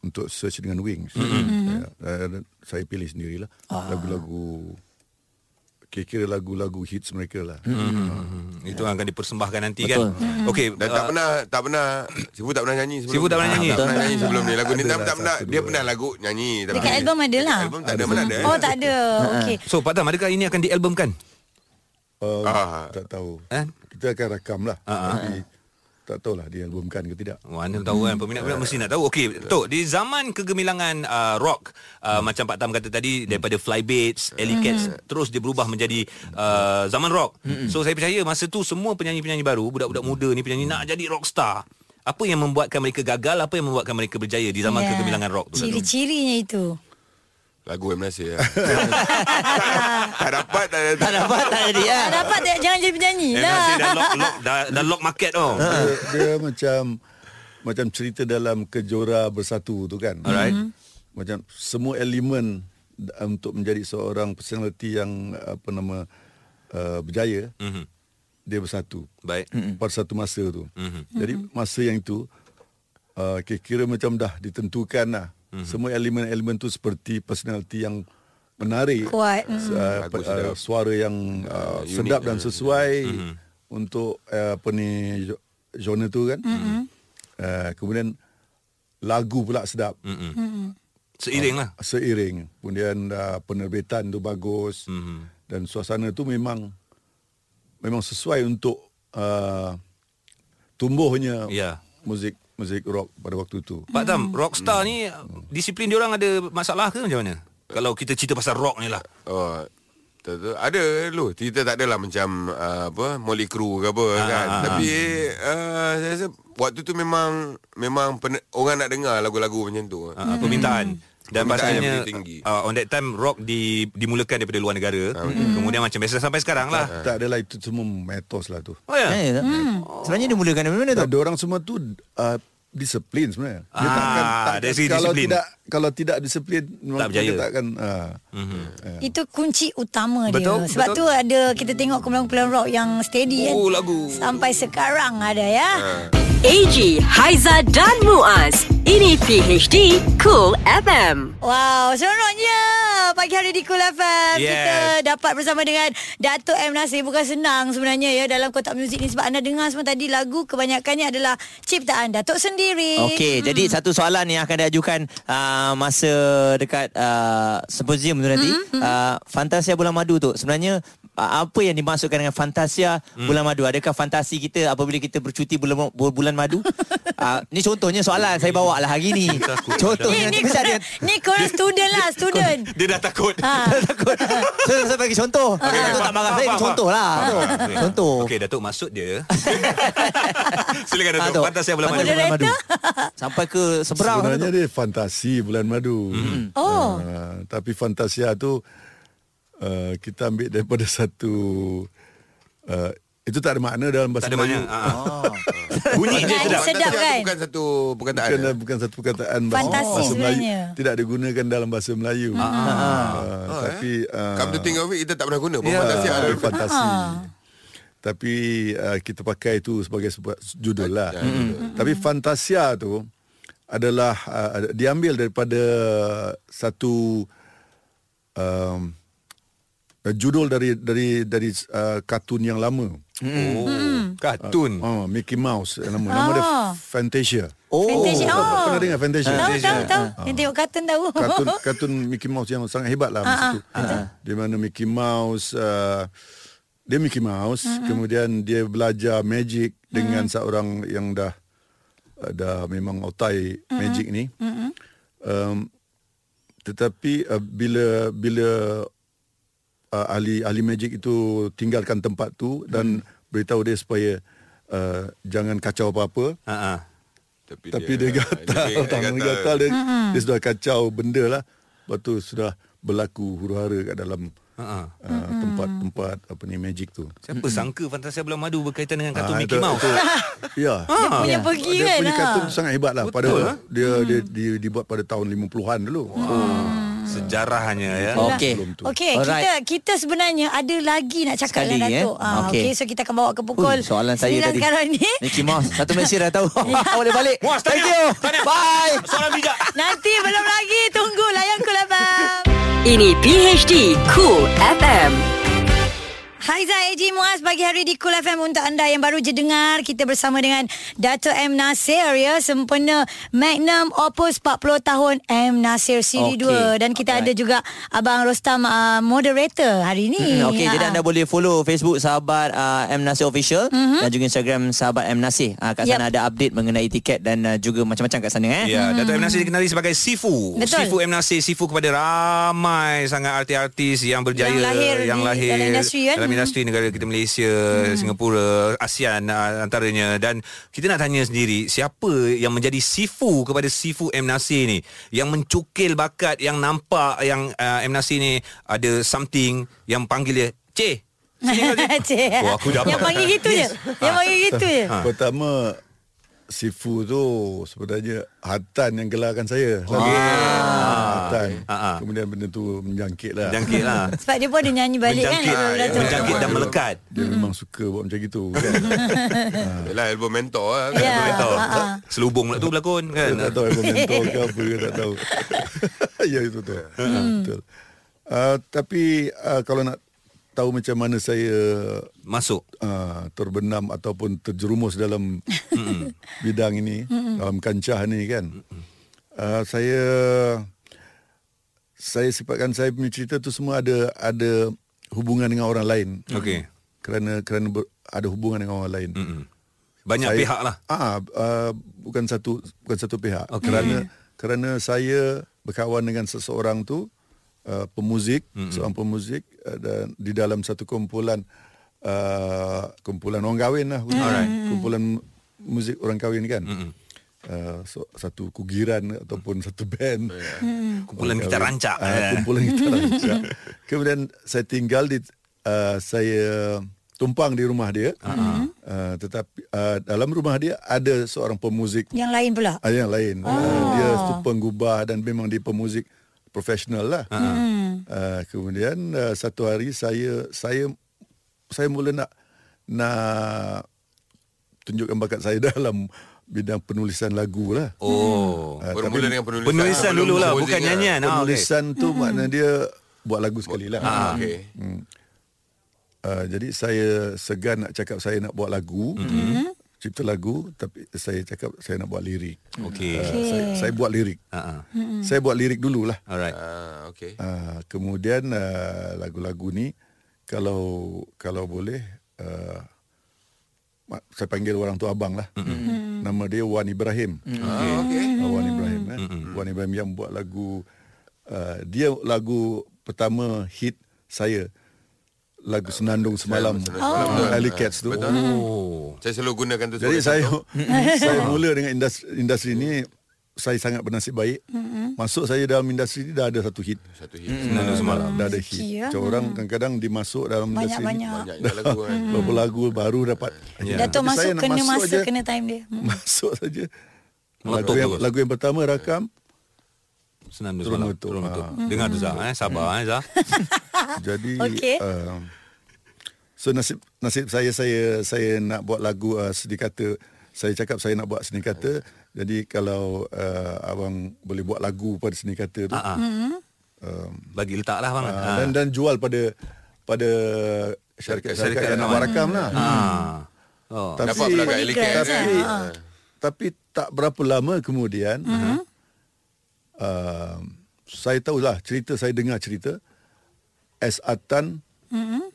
Speaker 6: untuk search dengan Ya, Wings. Mm-hmm. Uh, saya pilih sendirilah lagu-lagu kira-kira lagu-lagu hits mereka lah. Hmm.
Speaker 2: Itu akan dipersembahkan nanti
Speaker 1: Betul. Hmm.
Speaker 2: kan. Okey, uh,
Speaker 7: Dan
Speaker 1: Ah.
Speaker 7: tak pernah tak pernah Sifu tak pernah nyanyi sebelum.
Speaker 2: Sifu tak pernah
Speaker 7: Ah,
Speaker 2: nyanyi?
Speaker 7: Tak pernah
Speaker 1: Betul.
Speaker 7: nyanyi sebelum ni. Lagu
Speaker 6: Ada
Speaker 7: ni tak
Speaker 6: lah
Speaker 7: tak pernah
Speaker 6: satu,
Speaker 7: dia
Speaker 6: dua.
Speaker 7: pernah lagu nyanyi tapi
Speaker 4: Dekat album ada lah.
Speaker 7: Album tak ada mana ada.
Speaker 4: Oh tak ada.
Speaker 1: Ha.
Speaker 4: Okey.
Speaker 2: So Pak Tam, adakah ini akan dialbumkan?
Speaker 6: Um,
Speaker 7: Ah.
Speaker 6: Tak tahu.
Speaker 2: Eh?
Speaker 6: Kita akan rakam lah. Tapi tak tahulah dia albumkan ke tidak.
Speaker 2: Wah, anda tahu kan Peminat-peminat mesti nak tahu Okey, Tok Di zaman kegemilangan uh, rock uh, Macam Pak Tam kata tadi Daripada Flybaits, Alley Cats Terus dia berubah menjadi uh, zaman rock So saya percaya masa tu Semua penyanyi-penyanyi baru Budak-budak muda ni penyanyi Nak jadi rockstar Apa yang membuatkan mereka gagal Apa yang membuatkan mereka berjaya Di zaman
Speaker 4: Ya.
Speaker 2: kegemilangan rock tu Datuk?
Speaker 4: Ciri-cirinya itu.
Speaker 7: Lagu M
Speaker 2: eh.
Speaker 7: Nasir. lah. tak dapat tak dapat.
Speaker 1: Tak dapat tak jadi ah.
Speaker 4: Tak dapat tak, jangan jadi penyanyi
Speaker 2: Eh,
Speaker 4: lah.
Speaker 2: Nasir dah lock, lock, dah, dah lock market tau
Speaker 6: Dia, dia macam macam cerita dalam kejora bersatu tu kan.
Speaker 2: Alright.
Speaker 6: Macam semua elemen da- untuk menjadi seorang personality yang apa nama uh, berjaya
Speaker 2: Mhm.
Speaker 6: dia bersatu
Speaker 2: Baik
Speaker 6: pada satu masa tu.
Speaker 2: Mhm.
Speaker 6: Jadi masa yang tu uh, kira macam dah ditentukan lah. Semua elemen-elemen tu seperti personality yang menarik.
Speaker 4: Kuat.
Speaker 6: S- Uh,
Speaker 7: Bagus,
Speaker 6: pe- uh,
Speaker 7: sedap.
Speaker 6: suara yang uh, sedap dan sesuai untuk uh, apa ni jo- genre tu kan. Uh, kemudian lagu pula sedap.
Speaker 2: Seiring lah
Speaker 6: Seiring. Kemudian uh, penerbitan tu bagus. Dan suasana tu memang memang sesuai untuk uh, tumbuhnya
Speaker 2: Ya.
Speaker 6: muzik muzik rock pada waktu tu.
Speaker 2: Pak Tam, rockstar ni Disiplin diorang ada masalah ke macam mana? Kalau kita cerita pasal rock ni lah
Speaker 7: Oh. Tu, tu. Ada lu Cerita tak adalah macam uh, Apa Molly Crew ke apa ha, kan
Speaker 2: ah, ah.
Speaker 7: Tapi uh, Saya rasa Waktu tu memang Memang pen, Orang nak dengar lagu-lagu macam
Speaker 2: uh,
Speaker 7: tu
Speaker 2: permintaan dan
Speaker 7: Permintaan
Speaker 2: pasalnya
Speaker 7: yang lebih tinggi.
Speaker 2: uh, on that time rock di, dimulakan daripada luar negara hmm. kemudian macam biasa sampai sekarang lah
Speaker 6: Tak adalah itu semua metos lah tu.
Speaker 2: oh ya
Speaker 1: Eh, tak-
Speaker 4: Hmm.
Speaker 1: Sebenarnya dia mulakan dari mana tu?
Speaker 6: Eh, Tak ada orang semua tu uh, disiplin sebenarnya. Dia
Speaker 2: Ah,
Speaker 6: takkan,
Speaker 2: dari segi
Speaker 6: kalau
Speaker 2: disiplin.
Speaker 6: tidak kalau tidak disiplin memang
Speaker 2: berjaya. Mhm.
Speaker 6: Dia takkan uh, mm-hmm. uh,
Speaker 4: Itu kunci utama
Speaker 2: Betul,
Speaker 4: dia. Sebab
Speaker 2: betul.
Speaker 4: tu ada kita tengok kumpulan-kumpulan rock yang steady
Speaker 2: Oh,
Speaker 4: kan.
Speaker 2: lagu.
Speaker 4: Sampai sekarang ada ya.
Speaker 3: AG, Haiza dan Muaz. Ini PHD Cool FM.
Speaker 4: Wow, seronoknya pagi hari di Cool FM
Speaker 2: Yes.
Speaker 4: kita dapat bersama dengan Dato' M Nasir bukan senang sebenarnya ya dalam kotak muzik ni sebab anda dengar semua tadi lagu kebanyakannya adalah ciptaan Dato' sendiri.
Speaker 1: Okey, jadi satu soalan yang akan diajukan uh, masa dekat uh, symposium tu
Speaker 4: Hmm,
Speaker 1: nanti. Uh, fantasia bulan madu tu sebenarnya uh, apa yang dimaksudkan dengan fantasia
Speaker 2: Hmm.
Speaker 1: bulan madu? Adakah fantasi kita apabila kita bercuti bulan bulan madu? uh, ni contohnya soalan saya bawa lah hari ni. Contohnya
Speaker 4: Ni ni
Speaker 1: nanti mesti ada
Speaker 4: korang, ni korang student lah, student.
Speaker 2: dia dah takut
Speaker 1: Ah.
Speaker 4: Ha.
Speaker 1: takut. Saya saya bagi contoh.
Speaker 4: Ah.
Speaker 1: Okay, Datuk tak marah saya,
Speaker 2: faham,
Speaker 1: ini contoh lah. Contoh.
Speaker 2: Ah, Okey Datuk maksud dia Silakan
Speaker 1: Ah,
Speaker 2: Datuk Pantas saya bulan
Speaker 1: Fantasi
Speaker 2: madu
Speaker 1: bulan madu. Sampai ke seberang sana
Speaker 6: sebenarnya
Speaker 1: tu.
Speaker 6: dia fantasi bulan madu.
Speaker 2: Mhm.
Speaker 6: Mm-hmm.
Speaker 4: Oh.
Speaker 6: Uh, tapi fantasia tu uh, kita ambil daripada satu uh, itu tak ada makna dalam bahasa
Speaker 2: Tak ada
Speaker 6: Melayu.
Speaker 2: mana ah.
Speaker 1: Hmm.
Speaker 2: Bunyi je
Speaker 4: Nyanyi
Speaker 2: sedap
Speaker 4: sedap
Speaker 7: Fantasi
Speaker 4: kan?
Speaker 7: Itu bukan satu Perkataan eh.
Speaker 6: Bukan, bukan satu perkataan bahasa,
Speaker 4: Fantasi
Speaker 6: bahasa Melayu.
Speaker 4: sebenarnya. Ah,
Speaker 6: Tidak digunakan dalam bahasa Melayu. Uh,
Speaker 7: Oh,
Speaker 6: tapi
Speaker 2: eh?
Speaker 6: uh,
Speaker 7: Come to think of it Kita tak pernah guna pun
Speaker 6: Ya,
Speaker 7: Fantasi ada
Speaker 6: ada
Speaker 4: Ha.
Speaker 6: fantasi. Tapi uh, kita pakai itu sebagai sebuah judul lah. Mm. Tapi fantasia tu adalah uh, ada- diambil daripada satu um, judul dari dari dari uh, kartun yang lama.
Speaker 1: Hmm.
Speaker 2: oh, Kartun
Speaker 6: Oh, Mickey Mouse eh, nama nama dia
Speaker 4: Ah.
Speaker 6: Fantasia.
Speaker 1: Oh.
Speaker 4: Fantasia. Oh.
Speaker 6: Pernah dengar Fantasia?
Speaker 4: Tahu tahu tahu.
Speaker 1: eh.
Speaker 4: Yang tengok kartun tahu.
Speaker 6: kartun kartun Mickey Mouse yang sangat hebat lah masa tu. Di mana Mickey Mouse uh, dia Mickey Mouse kemudian dia belajar magic dengan seorang yang dah uh, dah memang otai magic ni. Um, tetapi uh, bila bila uh, ahli ahli magic itu tinggalkan tempat tu dan beritahu dia supaya uh, jangan kacau apa-apa.
Speaker 2: Ah, ah.
Speaker 6: Tapi dia, gatal Tangan dia gatal dia, dia sudah kacau benda lah Lepas tu sudah berlaku huru-hara kat dalam
Speaker 2: Ah, ah.
Speaker 6: uh, tempat-tempat apa ni magic tu
Speaker 2: Siapa sangka Fantasia bulan madu Berkaitan dengan kartun
Speaker 6: Ah,
Speaker 2: Mickey
Speaker 6: itu-
Speaker 2: Mouse Ah.
Speaker 6: itu- Ya
Speaker 4: Dia punya pergi
Speaker 6: Dia
Speaker 4: kan. Mm.
Speaker 6: punya
Speaker 4: ha.
Speaker 6: kartun sangat hebat lah pada
Speaker 2: Betul, ah.
Speaker 6: dia, dia, dia dibuat pada tahun 50-an dulu
Speaker 4: Mm.
Speaker 6: Oh.
Speaker 1: Hmm.
Speaker 2: Sejarahnya ya
Speaker 1: Okey.
Speaker 6: Sebelum tu.
Speaker 4: Okey, kita
Speaker 1: Alright.
Speaker 4: kita sebenarnya ada lagi nak cakap
Speaker 1: Sekali,
Speaker 4: dengan
Speaker 1: eh?
Speaker 4: Datuk. Ah,
Speaker 1: Okey.
Speaker 4: okey. so kita akan bawa ke pukul
Speaker 1: Ui, soalan saya
Speaker 4: 9
Speaker 1: tadi.
Speaker 4: sekarang ni. Ya.
Speaker 1: Mickey Mouse. Satu Malaysia dah tahu. Boleh balik.
Speaker 2: Muaz,
Speaker 1: Thank you.
Speaker 2: tanya. Tanya.
Speaker 1: Bye.
Speaker 2: Soalan bijak
Speaker 4: Nanti belum lagi tunggu layan kulapan.
Speaker 3: Ini PHD Cool FM.
Speaker 4: Haiza Eji Muaz pagi hari di Cool FM untuk anda yang baru je dengar kita bersama dengan Dato' M. Nasir ya sempena Magnum Opus 40 tahun M. Nasir Siri
Speaker 1: Okey.
Speaker 4: okay. 2 dan kita ada juga Abang Rostam uh, moderator hari ni.
Speaker 1: Hmm, Okey,
Speaker 4: Ha,
Speaker 1: jadi
Speaker 4: ha.
Speaker 1: anda boleh follow Facebook sahabat uh, M Nasir official mm-hmm. dan juga Instagram sahabat M Nasir. Uh, kat
Speaker 4: Mhm. Yep.
Speaker 1: sana ada update mengenai tiket dan uh, juga macam-macam kat sana eh.
Speaker 2: Ya, Dato' M. Nasir dikenali sebagai Sifu.
Speaker 4: Hmm. Betul.
Speaker 2: Sifu M. Nasir, Sifu kepada ramai sangat artis-artis yang berjaya.
Speaker 4: Yang lahir
Speaker 2: yang
Speaker 4: di-
Speaker 2: lahir
Speaker 4: dalam industri kan?
Speaker 2: Dalam
Speaker 4: Hmm.
Speaker 2: industri negara kita Malaysia, hmm. Singapura, ASEAN ah, antaranya. Dan kita nak tanya sendiri, siapa yang menjadi Sifu kepada Sifu M. Nasir ni? Yang mencukil bakat, yang nampak yang uh, M. Nasir ni ada something yang panggil dia, Cik. Sini kau, Cik."
Speaker 4: Cik. ya.
Speaker 2: Oh, aku dapat.
Speaker 4: Yang panggil gitu je. Yang panggil gitu
Speaker 2: Ah.
Speaker 4: je.
Speaker 6: Ha. Pertama Sifu tu sebenarnya Hatan yang gelarkan saya. Lagi. Hatan.
Speaker 2: Oh. Ah, ah.
Speaker 6: Kemudian benda tu menjangkit lah.
Speaker 2: Jangkit lah.
Speaker 4: Sebab dia pun ada nyanyi balik
Speaker 2: Menjangkit,
Speaker 4: kan.
Speaker 2: ah,
Speaker 4: Dato'.
Speaker 2: menjangkit dan melekat.
Speaker 6: Dia memang suka buat macam gitu kan.
Speaker 7: Yalah album mentor lah.
Speaker 4: Ya.
Speaker 7: Album
Speaker 2: Tahu.
Speaker 4: Ah, ah.
Speaker 2: Selubung pula tu berlakon
Speaker 6: Saya
Speaker 2: kan.
Speaker 6: tak tahu aku mentor ke apa ke tak tahu. ya itu tu.
Speaker 2: Hmm.
Speaker 6: Betul. Ah, tapi ah, kalau nak tahu macam mana saya
Speaker 2: Masuk.
Speaker 6: uh, terbenam ataupun terjerumus dalam
Speaker 2: Hmm.
Speaker 6: bidang ini dalam kancah ni kan uh, saya saya sifatkan saya punya cerita tu semua ada ada hubungan dengan orang lain
Speaker 2: Okey.
Speaker 6: kerana kerana ber, ada hubungan dengan orang lain mm
Speaker 2: Banyak saya, pihak lah.
Speaker 6: ah uh, bukan satu bukan satu pihak
Speaker 2: Okey.
Speaker 6: kerana kerana saya berkawan dengan seseorang tu uh, pemuzik mm seorang pemuzik uh, dan di dalam satu kumpulan uh, kumpulan orang kahwin lah Alright. kumpulan muzik orang kahwin kan mm Uh, so, satu kugiran ataupun satu band
Speaker 2: Kumpulan kita rancak. eh.
Speaker 6: Ah, kumpulan kita rancak. Kemudian saya tinggal di uh, saya tumpang di rumah dia. Uh-huh. Uh, tetapi uh, dalam rumah dia ada seorang pemuzik
Speaker 4: Yang lain pula.
Speaker 6: ada yang lain. Oh. Uh, dia tu penggubah dan memang dia pemuzik profesional lah. Uh-huh. Uh, kemudian uh, satu hari saya saya saya mula nak nak tunjukkan bakat saya dalam bidang penulisan lagu lah.
Speaker 2: Oh.
Speaker 6: Ah,
Speaker 7: Bermula dengan penulisan.
Speaker 2: Penulisan
Speaker 7: Belum
Speaker 2: dulu lah.
Speaker 7: composing
Speaker 2: Bukan
Speaker 7: lah.
Speaker 2: nyanyian. Ah, okey.
Speaker 6: Penulisan tu makna dia buat lagu sekali lah.
Speaker 7: Ah, okay.
Speaker 6: Uh, jadi saya segan nak cakap saya nak buat lagu, mm-hmm. cipta lagu tapi saya cakap saya nak buat lirik.
Speaker 2: Okey.
Speaker 6: Uh, saya, saya buat lirik.
Speaker 2: Ah, ah.
Speaker 6: Mm-hmm. Saya buat lirik dululah.
Speaker 2: Alright.
Speaker 7: Ah, okay.
Speaker 6: Uh, kemudian uh, lagu-lagu ni kalau kalau boleh uh, ma- saya panggil orang tu abang lah. Mm-hmm. Nama dia Wan Ibrahim.
Speaker 7: Ah, okay.
Speaker 4: Mm-hmm.
Speaker 6: Ah, Wan Ibrahim eh. Wan Ibrahim yang buat lagu uh, dia lagu pertama hit saya lagu Senandung Semalam oh. Alley Cats tu.
Speaker 7: Betul.
Speaker 2: Oh.
Speaker 7: Saya selalu gunakan tu
Speaker 6: Jadi
Speaker 7: sebagai
Speaker 6: saya
Speaker 7: contoh.
Speaker 6: saya mula dengan industri, industri ni saya sangat bernasib baik.
Speaker 4: Mm-hmm.
Speaker 6: Masuk saya dalam industri ni dah ada satu hit.
Speaker 7: satu hit.
Speaker 6: Senandung Semalam dah ada hit.
Speaker 4: Rezeki, ya.
Speaker 6: Macam orang kadang-kadang dimasuk dalam industri
Speaker 4: Banyak-banyak.
Speaker 6: ni.
Speaker 7: Banyak juga lagu kan.
Speaker 6: Beberapa lagu baru dapat. hit.
Speaker 4: Dato'
Speaker 6: Tapi saya
Speaker 4: masuk
Speaker 6: nak
Speaker 4: kena masa,
Speaker 6: je,
Speaker 4: kena time dia. Hmm.
Speaker 6: Masuk saja. Lagu
Speaker 2: Meletup
Speaker 6: yang,
Speaker 2: terus.
Speaker 6: lagu yang pertama rakam
Speaker 2: Senang dulu.
Speaker 6: Turun
Speaker 2: semalam.
Speaker 6: betul.
Speaker 2: Turun betul.
Speaker 6: Ah.
Speaker 2: Dengar tu Zah. Eh. Sabar eh Zah.
Speaker 6: Jadi
Speaker 4: Okey.
Speaker 6: uh, So nasib nasib saya saya saya nak buat lagu uh, seni kata saya cakap saya nak buat seni kata jadi kalau uh, abang boleh buat lagu pada seni kata tu
Speaker 2: Ah, ah. Bagi letak lah bang.
Speaker 6: uh,
Speaker 2: Ah.
Speaker 6: dan dan jual pada pada syarikat-syarikat yang nak buat rakam lah.
Speaker 2: Ah. Oh.
Speaker 6: Tapi,
Speaker 7: Dapat pula kat Elikat.
Speaker 2: kan?
Speaker 6: tapi,
Speaker 2: Ha.
Speaker 6: tapi tak berapa lama kemudian
Speaker 2: Mhm.
Speaker 6: uh, saya tahulah cerita saya dengar cerita S Atan
Speaker 2: Mhm.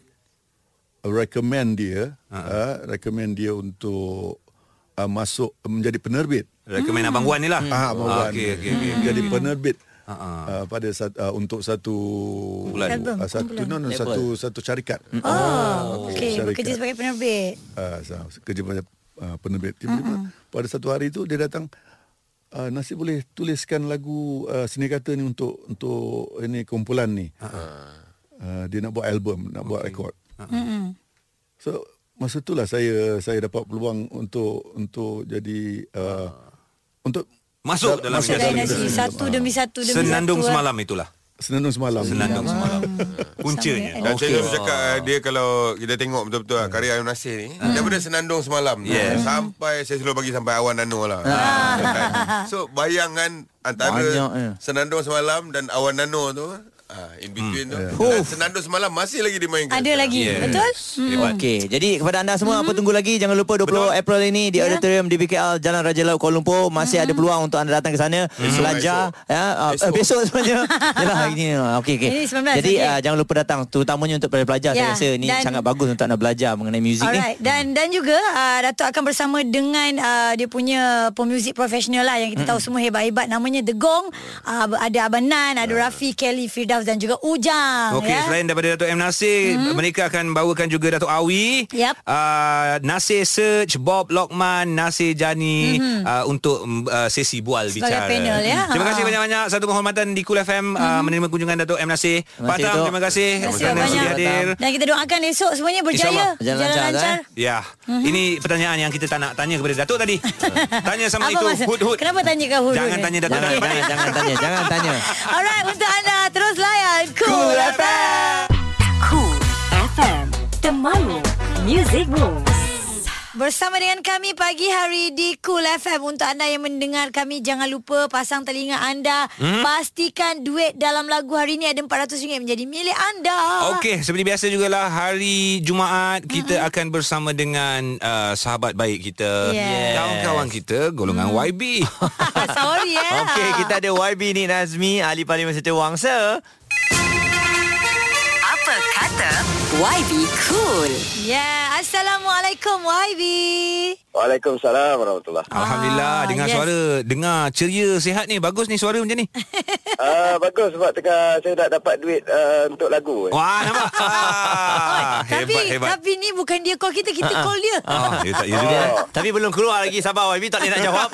Speaker 6: recommend dia
Speaker 2: Ha.
Speaker 6: uh, recommend dia untuk uh, masuk menjadi penerbit.
Speaker 2: Rekomen Abang Wan ni lah.
Speaker 6: Ah, Abang Wan.
Speaker 2: Okey, okey, okey. okey.
Speaker 6: Jadi penerbit
Speaker 2: Ah, ah.
Speaker 6: uh, pada sat, uh, untuk satu
Speaker 2: Kumpulan.
Speaker 4: Album,
Speaker 6: uh, satu no, no,
Speaker 1: Label.
Speaker 6: satu satu syarikat.
Speaker 4: Oh, okey.
Speaker 6: Syarikat.
Speaker 4: Bekerja sebagai penerbit.
Speaker 6: uh, sa- kerja pada uh, penerbit. Tiba-tiba pada satu hari tu dia datang uh, Nasib boleh tuliskan lagu uh, seni kata ni untuk untuk ini kumpulan ni. Uh-huh. Uh, dia nak buat album, nak okay. buat rekod. Uh-huh. So masa itulah saya saya dapat peluang untuk untuk jadi uh, untuk
Speaker 2: Masuk
Speaker 6: dal-
Speaker 2: dalam
Speaker 6: masuk
Speaker 2: industri.
Speaker 6: dalam
Speaker 4: Dynasty
Speaker 6: industri.
Speaker 4: satu demi satu demi
Speaker 2: Senandung
Speaker 4: satu.
Speaker 2: semalam itulah.
Speaker 6: Senandung semalam.
Speaker 2: Senandung semalam. Puncanya.
Speaker 7: Dan saya selalu cakap ah, dia kalau kita tengok betul-betul lah, karya Ayun Nasir ni daripada Senandung semalam tu,
Speaker 2: Yes.
Speaker 7: sampai saya selalu bagi sampai awan nano lah. So bayangkan antara
Speaker 1: Banyak, eh.
Speaker 7: Senandung semalam dan awan nano tu Ah, in between tu. Dan Senandung semalam masih lagi dimainkan.
Speaker 4: Ada lagi.
Speaker 2: Yes.
Speaker 4: Betul? Hmm.
Speaker 2: Hebat.
Speaker 1: Okey, jadi kepada anda semua apa tunggu lagi jangan lupa 20 April ini di
Speaker 4: Ya.
Speaker 1: auditorium di BKL Jalan Raja Laut Kuala Lumpur masih
Speaker 4: Hmm.
Speaker 1: ada peluang untuk anda datang ke sana belajar ya uh, eh,
Speaker 7: Esok.
Speaker 1: besok sebenarnya. Yalah hari ini. uh, Okey okey.
Speaker 4: Ini 19,
Speaker 1: Jadi
Speaker 4: okey.
Speaker 1: uh, jangan lupa datang terutamanya untuk para pelajar
Speaker 4: Ya,
Speaker 1: saya rasa ni
Speaker 4: dan-
Speaker 1: sangat bagus untuk anda belajar mengenai
Speaker 2: eh?
Speaker 1: muzik ni.
Speaker 4: Alright dan dan juga uh, Datuk akan bersama dengan uh, dia punya pemuzik profesional lah yang kita tahu semua hebat-hebat namanya The Gong uh, ada Abang Nan ada Rafi Kelly Firdaus dan juga Ujang
Speaker 2: Ah.
Speaker 4: ya.
Speaker 2: Okey, yeah. selain daripada Dato' M. Nasir, hmm. mereka akan bawakan juga Dato' Awi,
Speaker 4: Mm-hmm. Yap.
Speaker 2: uh, Nasir Search, Bob Lokman, Nasir Jani mm-hmm. uh, untuk mm, uh, sesi bual
Speaker 4: Sebagai
Speaker 2: bicara. Mm-hmm.
Speaker 4: panel, ya.
Speaker 2: Terima kasih banyak-banyak. Satu penghormatan di Kul FM mm-hmm. uh, menerima kunjungan Dato' M. Nasir.
Speaker 1: Terima
Speaker 2: Pak
Speaker 1: kasih,
Speaker 2: Tam,
Speaker 1: Tok.
Speaker 2: terima kasih.
Speaker 4: Terima kasih
Speaker 2: kerana
Speaker 4: banyak.
Speaker 2: sudi hadir.
Speaker 4: dan kita doakan esok semuanya berjaya
Speaker 2: InsyaAllah.
Speaker 1: Berjalan lancar, eh.
Speaker 2: Ya, mm-hmm. ini pertanyaan yang kita tak nak tanya kepada Datuk tadi. tanya sama
Speaker 4: Apa
Speaker 2: itu
Speaker 4: maksud-
Speaker 2: hud-hud.
Speaker 4: Kenapa tanya kau hud-hud
Speaker 2: Jangan
Speaker 4: ni?
Speaker 2: tanya Datuk
Speaker 1: Jangan,
Speaker 2: okay.
Speaker 1: jangan, jangan tanya, jangan tanya.
Speaker 4: Alright untuk anda terus layan Cool FM
Speaker 3: Cool FM Temanmu Music Rules
Speaker 4: Bersama dengan kami pagi hari di Cool FM Untuk anda yang mendengar kami Jangan lupa pasang telinga anda hmm? Pastikan duit dalam lagu hari ini Ada RM400 menjadi milik anda
Speaker 2: Okey, seperti biasa jugalah hari Jumaat kita mm-hmm. akan bersama dengan uh, sahabat baik kita,
Speaker 4: Yes.
Speaker 2: kawan-kawan kita golongan mm. YB.
Speaker 4: Sorry ya
Speaker 1: Okey, kita ada YB ni Nazmi ahli parlimen serta wangsa.
Speaker 3: Apa kata YB Cool
Speaker 4: Yeah Ya, Assalamualaikum YB
Speaker 5: Waalaikumsalam warahmatullahi
Speaker 2: Alhamdulillah
Speaker 4: Ah,
Speaker 2: dengar
Speaker 4: yes.
Speaker 2: yes. suara, dengar ceria sihat ni. Bagus ni suara macam ni.
Speaker 5: Ah Bagus sebab tengah saya dah dapat duit uh, untuk lagu. eh.
Speaker 2: Wah, nampak. Ah, hebat
Speaker 4: tapi,
Speaker 2: hebat.
Speaker 4: Tapi ni bukan dia call kita Kita call dia
Speaker 2: Ah, ya tak ya juga.
Speaker 1: Oh. Tapi belum keluar lagi sabar YB tak boleh nak jawab.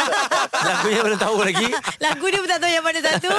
Speaker 1: Lagunya belum tahu lagi.
Speaker 4: Lagu dia pun tak tahu yang mana satu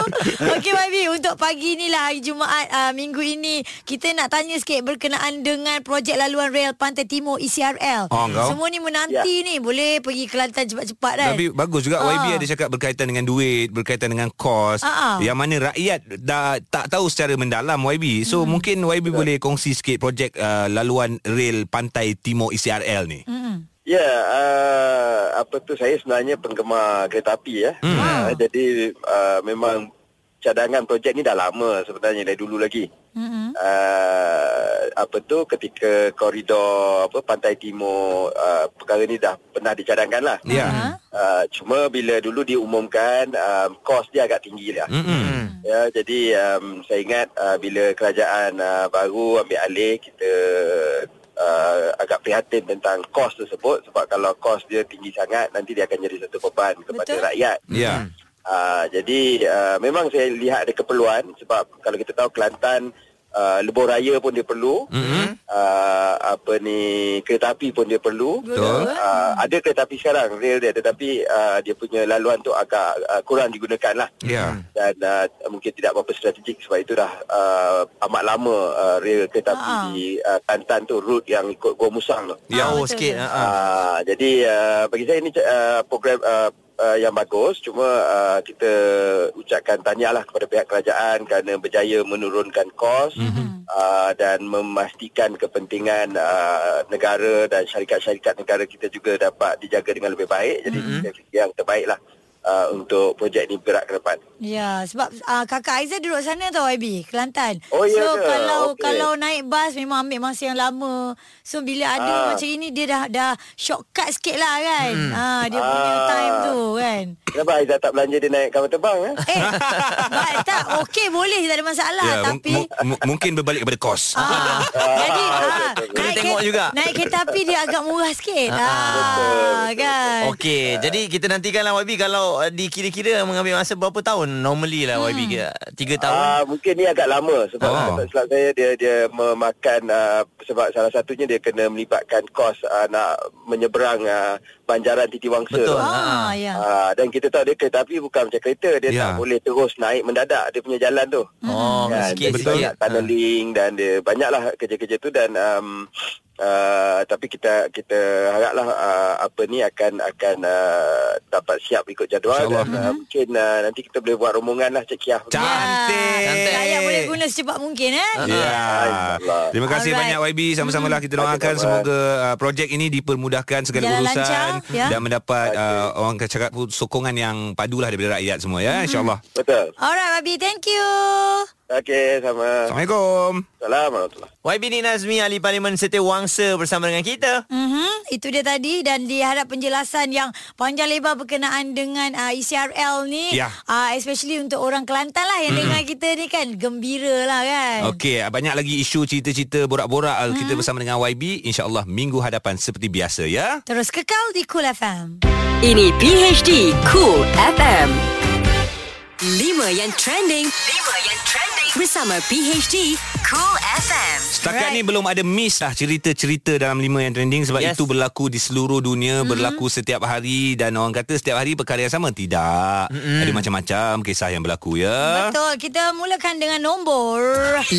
Speaker 4: Okey YB Untuk pagi ni lah Hari Jumaat uh, Minggu ini Kita nak tanya sikit Berkenaan dengan Projek laluan rel Pantai Timur E ECRL
Speaker 2: Oh, kau.
Speaker 4: Semua ni menanti
Speaker 5: Ya.
Speaker 4: ni Boleh pergi Kelantan cepat-cepat kan
Speaker 2: Tapi bagus juga
Speaker 4: Ah.
Speaker 2: YB ada cakap berkaitan dengan duit, berkaitan dengan kos
Speaker 4: Ah, ah.
Speaker 2: yang mana rakyat dah tak tahu secara mendalam YB. So hmm. mungkin YB boleh kongsi sikit projek uh, laluan rel pantai Timur ECRL ni. Hmm.
Speaker 5: Ya, uh, apa tu saya sebenarnya penggemar kereta api ya. Hmm. Uh, jadi uh, memang cadangan projek ni dah lama sebenarnya dari dulu lagi. Hmm. Uh, apa tu ketika koridor apa pantai timur uh, perkara ni dah pernah dicadangkan lah.
Speaker 2: Ya.
Speaker 5: Uh, cuma bila dulu diumumkan um, kos dia agak tinggi lah.
Speaker 2: Mm-mm.
Speaker 5: Ya, jadi um, saya ingat uh, bila kerajaan uh, baru ambil alih kita uh, agak prihatin tentang kos tersebut sebab kalau kos dia tinggi sangat nanti dia akan jadi satu beban kepada
Speaker 4: Betul.
Speaker 5: rakyat.
Speaker 1: Hmm.
Speaker 2: Ya.
Speaker 5: Uh, jadi uh, memang saya lihat ada keperluan sebab kalau kita tahu Kelantan uh, lebuh raya pun dia perlu.
Speaker 2: Hmm.
Speaker 5: Mm-hmm. Uh, apa ni kereta api pun dia perlu.
Speaker 2: Betul.
Speaker 5: Uh, ada kereta api sekarang rail dia tetapi uh, dia punya laluan tu agak uh, kurang digunakan lah
Speaker 2: Ya.
Speaker 5: dan uh, mungkin tidak berapa strategik sebab itu dah uh, amat lama uh, rel kereta api
Speaker 4: Ah.
Speaker 5: di uh, Kelantan tu route yang ikut Gua Musang tu.
Speaker 2: Ya.
Speaker 4: betul.
Speaker 1: Jauh sikit. Ha.
Speaker 5: Uh, jadi uh, bagi saya ini uh, program uh, uh, yang bagus cuma uh, kita ucapkan tahniahlah kepada pihak kerajaan kerana berjaya menurunkan kos mm-hmm. uh, dan memastikan kepentingan uh, negara dan syarikat-syarikat negara kita juga dapat dijaga dengan lebih baik jadi mm-hmm. yang terbaiklah uh, untuk projek ni bergerak ke depan.
Speaker 4: Ya sebab uh, kakak Aizah duduk sana tau YB Kelantan
Speaker 5: Oh, ya
Speaker 4: So
Speaker 5: ke?
Speaker 4: kalau
Speaker 5: Okey.
Speaker 4: kalau naik bas memang ambil masa yang lama So bila ada
Speaker 5: Ah.
Speaker 4: macam ini Dia dah dah shortcut sikit lah kan
Speaker 2: Hmm.
Speaker 4: ah, Dia punya
Speaker 5: Ah.
Speaker 4: time tu kan
Speaker 5: Kenapa Aizah tak belanja dia naik kapal terbang? Eh?
Speaker 4: Eh but, tak okey boleh tak ada masalah
Speaker 2: Ya,
Speaker 4: Tapi
Speaker 2: mu- mu- mungkin berbalik kepada kos.
Speaker 4: Ah. Jadi ah,
Speaker 1: Kena
Speaker 4: naik
Speaker 1: tengok
Speaker 4: ke-
Speaker 1: juga.
Speaker 4: Naik kereta api dia agak murah sikit. Ah, kan.
Speaker 1: Okey, jadi kita nantikanlah YB kalau uh, dikira-kira mengambil masa berapa tahun normally lah YB
Speaker 4: Hmm.
Speaker 1: ke? Tiga tahun.
Speaker 5: Ah, mungkin ni agak lama sebab
Speaker 2: Oh.
Speaker 5: oh. tak silap saya dia dia memakan uh, sebab salah satunya dia kena melibatkan kos uh, nak menyeberang uh, banjaran Titiwangsa.
Speaker 1: Betul.
Speaker 5: tu.
Speaker 4: Ah, ya.
Speaker 5: Ah, dan kita tahu dia kereta api bukan macam kereta dia
Speaker 2: Ya.
Speaker 5: tak boleh terus naik mendadak dia punya jalan tu.
Speaker 4: Hmm.
Speaker 1: Oh, sikit-sikit.
Speaker 5: Betul nak tunneling dan dia banyaklah kerja-kerja tu dan um, uh, tapi kita kita haraplah uh, apa ni akan akan uh, dapat siap ikut jadual
Speaker 2: InsyaAllah.
Speaker 5: dan
Speaker 4: Hmm.
Speaker 5: uh, mungkin uh, nanti kita boleh buat rombongan lah Cik Kiah.
Speaker 2: Cantik.
Speaker 1: Cantik.
Speaker 4: Rakyat boleh guna secepat mungkin eh.
Speaker 2: Ya.
Speaker 5: Alright.
Speaker 2: Terima kasih
Speaker 4: Alright.
Speaker 2: Alright. banyak YB Sama-samalah kita
Speaker 1: Hmm.
Speaker 2: doakan
Speaker 5: Sama-sama.
Speaker 2: Semoga uh, projek ini Dipermudahkan segala
Speaker 4: Jalan
Speaker 2: urusan
Speaker 4: lancar, ya.
Speaker 2: Dan mendapat uh, Orang akan cakap
Speaker 4: Hmm.
Speaker 2: pun Sokongan yang padulah Daripada rakyat semua ya InsyaAllah
Speaker 5: Betul.
Speaker 4: Alright, Babi. Thank you.
Speaker 5: Okey, sama.
Speaker 2: Assalamualaikum.
Speaker 5: Salam warahmatullahi.
Speaker 1: YB Nik Nazmi Ahli Parlimen Serta Wangsa bersama dengan kita.
Speaker 4: Mm-hmm. Itu dia tadi dan diharap penjelasan yang panjang lebar berkenaan dengan uh, ECRL ni
Speaker 2: Ya.
Speaker 4: uh, especially untuk orang Kelantan lah yang mm. dengar kita ni kan gembira lah kan.
Speaker 2: Okey, banyak lagi isu cerita-cerita borak-borak hmm. kita
Speaker 4: Ha.
Speaker 2: bersama dengan YB. InsyaAllah minggu hadapan seperti biasa ya.
Speaker 4: Terus kekal di Cool FM.
Speaker 3: Ini PHD Cool FM. 5 yang trending. 5 yang trending. Bersama PHD Cool FM.
Speaker 2: Setakat
Speaker 4: Alright.
Speaker 2: ni belum ada miss lah cerita-cerita dalam lima yang trending sebab
Speaker 1: Yes.
Speaker 2: itu berlaku di seluruh dunia, mm-hmm. berlaku setiap hari dan orang kata setiap hari perkara yang sama. Tidak. Mm-hmm. Ada macam-macam kisah yang berlaku ya.
Speaker 4: Betul, kita mulakan dengan nombor
Speaker 3: 5.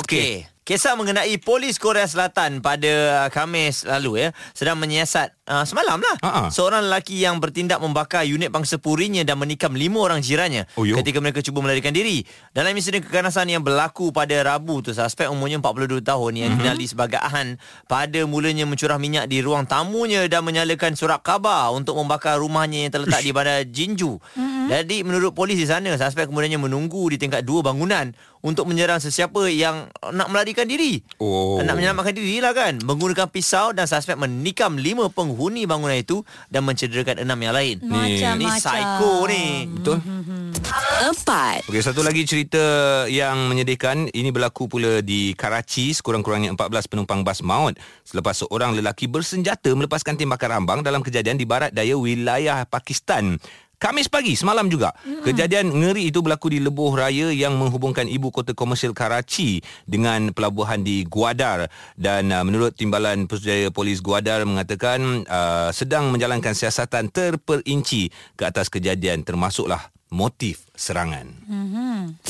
Speaker 1: Okey. Kisah mengenai polis Korea Selatan pada uh, Khamis lalu ya sedang menyiasat uh, semalam lah
Speaker 2: Ha-ha.
Speaker 1: seorang lelaki yang bertindak membakar unit bangsa purinya dan menikam lima orang jirannya
Speaker 2: Oh, yo.
Speaker 1: ketika mereka cuba melarikan diri. Dalam insiden kekanasan yang berlaku pada Rabu tu suspek umurnya 42 tahun
Speaker 2: Mhm.
Speaker 1: yang dikenali sebagai Ahan pada mulanya mencurah minyak di ruang tamunya dan menyalakan surat khabar untuk membakar rumahnya yang terletak di bandar Jinju.
Speaker 2: Mhm.
Speaker 1: Jadi menurut polis di sana suspek kemudiannya menunggu di tingkat dua bangunan untuk menyerang sesiapa yang nak melarikan diri.
Speaker 2: Oh.
Speaker 1: Nak menyelamatkan diri lah kan. Menggunakan pisau dan suspek menikam lima penghuni bangunan itu dan mencederakan enam yang lain.
Speaker 4: macam-macam.
Speaker 1: Ni psycho ni.
Speaker 2: Betul.
Speaker 3: 4.
Speaker 2: Okey, satu lagi cerita yang menyedihkan ini berlaku pula di Karachi sekurang-kurangnya 14 penumpang bas maut selepas seorang lelaki bersenjata melepaskan tembakan rambang dalam kejadian di barat daya wilayah Pakistan. Kamis pagi semalam juga. Mm-hmm. Kejadian ngeri itu berlaku di lebuh raya yang menghubungkan ibu kota komersial Karachi dengan pelabuhan di Gwadar dan uh, menurut Timbalan Pesudaya Polis Gwadar mengatakan uh, sedang menjalankan siasatan terperinci ke atas kejadian termasuklah motif serangan.
Speaker 3: 3.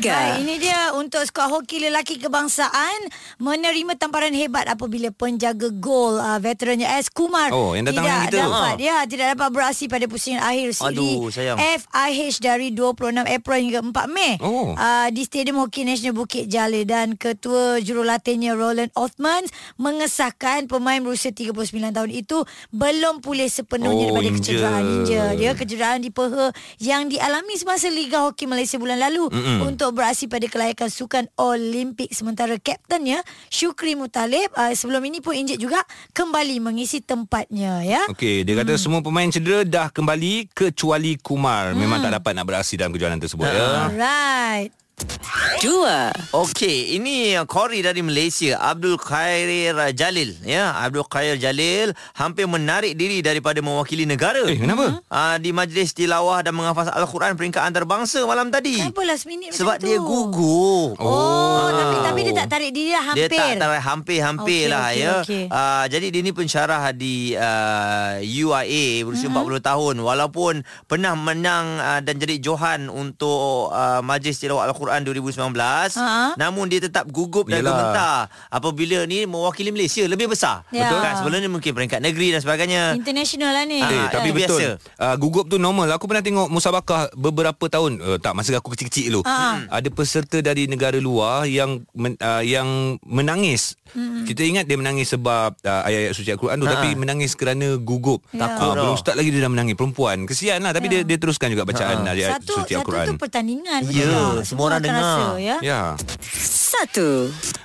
Speaker 4: Baik, ini dia untuk skuad hoki lelaki kebangsaan menerima tamparan hebat apabila penjaga gol uh, veterannya S Kumar
Speaker 2: Oh, yang datang Ha. dengan
Speaker 4: tidak
Speaker 2: kita.
Speaker 4: dapat ya tidak dapat beraksi pada pusingan akhir siri
Speaker 1: Aduh, sayang.
Speaker 4: FIH dari 26 April hingga 4 Mei
Speaker 2: Oh.
Speaker 4: uh, di Stadium Hoki Nasional Bukit Jala dan ketua jurulatihnya Roland Othman mengesahkan pemain berusia 39 tahun itu belum pulih sepenuhnya
Speaker 2: Oh,
Speaker 4: daripada
Speaker 2: inja.
Speaker 4: kecederaan ninja dia Ya, kecederaan di peha yang dialami semasa Liga Hoki Malaysia bulan lalu mm-hmm. untuk beraksi pada kelayakan sukan Olimpik sementara kaptennya Syukri Mutalib uh, sebelum ini pun injek juga kembali mengisi tempatnya ya.
Speaker 2: Okey, dia kata hmm. semua pemain cedera dah kembali kecuali Kumar. Memang tak dapat nak beraksi dalam kejohanan tersebut ya.
Speaker 4: ha. Alright.
Speaker 3: 2.
Speaker 1: Okey, ini Kori dari Malaysia, Abdul Khair Jalil. Ya, Abdul Khair Jalil hampir menarik diri daripada mewakili negara.
Speaker 2: Eh, kenapa?
Speaker 1: Uh, di majlis tilawah dan menghafaz Al-Quran peringkat antarabangsa malam tadi.
Speaker 4: Kenapa last minute macam
Speaker 1: Sebab
Speaker 4: tu?
Speaker 1: dia gugur.
Speaker 4: Oh, oh, tapi tapi dia tak tarik diri lah, hampir.
Speaker 1: Dia tak tarik hampir-hampir
Speaker 4: Okey,
Speaker 1: okay, lah
Speaker 4: okey,
Speaker 1: ya.
Speaker 4: okey.
Speaker 1: Uh, jadi dia ni pensyarah di uh, UIA berusia mm-hmm. 40 tahun walaupun pernah menang uh, dan jadi johan untuk uh, Majlis Tilawat Al-Quran 2019
Speaker 4: Ha.
Speaker 1: namun dia tetap gugup dan
Speaker 2: Yelah.
Speaker 1: gementar apabila ni mewakili Malaysia lebih besar.
Speaker 4: Ya.
Speaker 1: Betul kan? Sebelum ni mungkin peringkat negeri dan sebagainya.
Speaker 4: International lah ni.
Speaker 1: Ah,
Speaker 2: Eh,
Speaker 1: Ah,
Speaker 2: tapi
Speaker 1: itu
Speaker 2: betul.
Speaker 1: biasa.
Speaker 2: Uh, gugup tu normal. Aku pernah tengok musabakah beberapa tahun. Uh, tak masa aku kecil-kecil dulu.
Speaker 4: Ah.
Speaker 2: Ada peserta dari negara luar yang men, uh, yang menangis. Hmm. Kita ingat dia menangis sebab uh, ayat-ayat suci Al-Quran tu
Speaker 1: Ah.
Speaker 2: tapi menangis kerana gugup.
Speaker 4: Ya.
Speaker 2: Takut. Uh, belum start lagi dia dah menangis perempuan. Kesianlah tapi dia dia teruskan juga bacaan ayat
Speaker 4: Satu
Speaker 2: suci
Speaker 4: satu
Speaker 2: Al-Quran.
Speaker 4: tu pertandingan
Speaker 1: Ya,
Speaker 4: betul tak?
Speaker 1: semua orang
Speaker 4: akan
Speaker 1: dengar.
Speaker 4: rasa, ya.
Speaker 2: Ya.
Speaker 3: 1.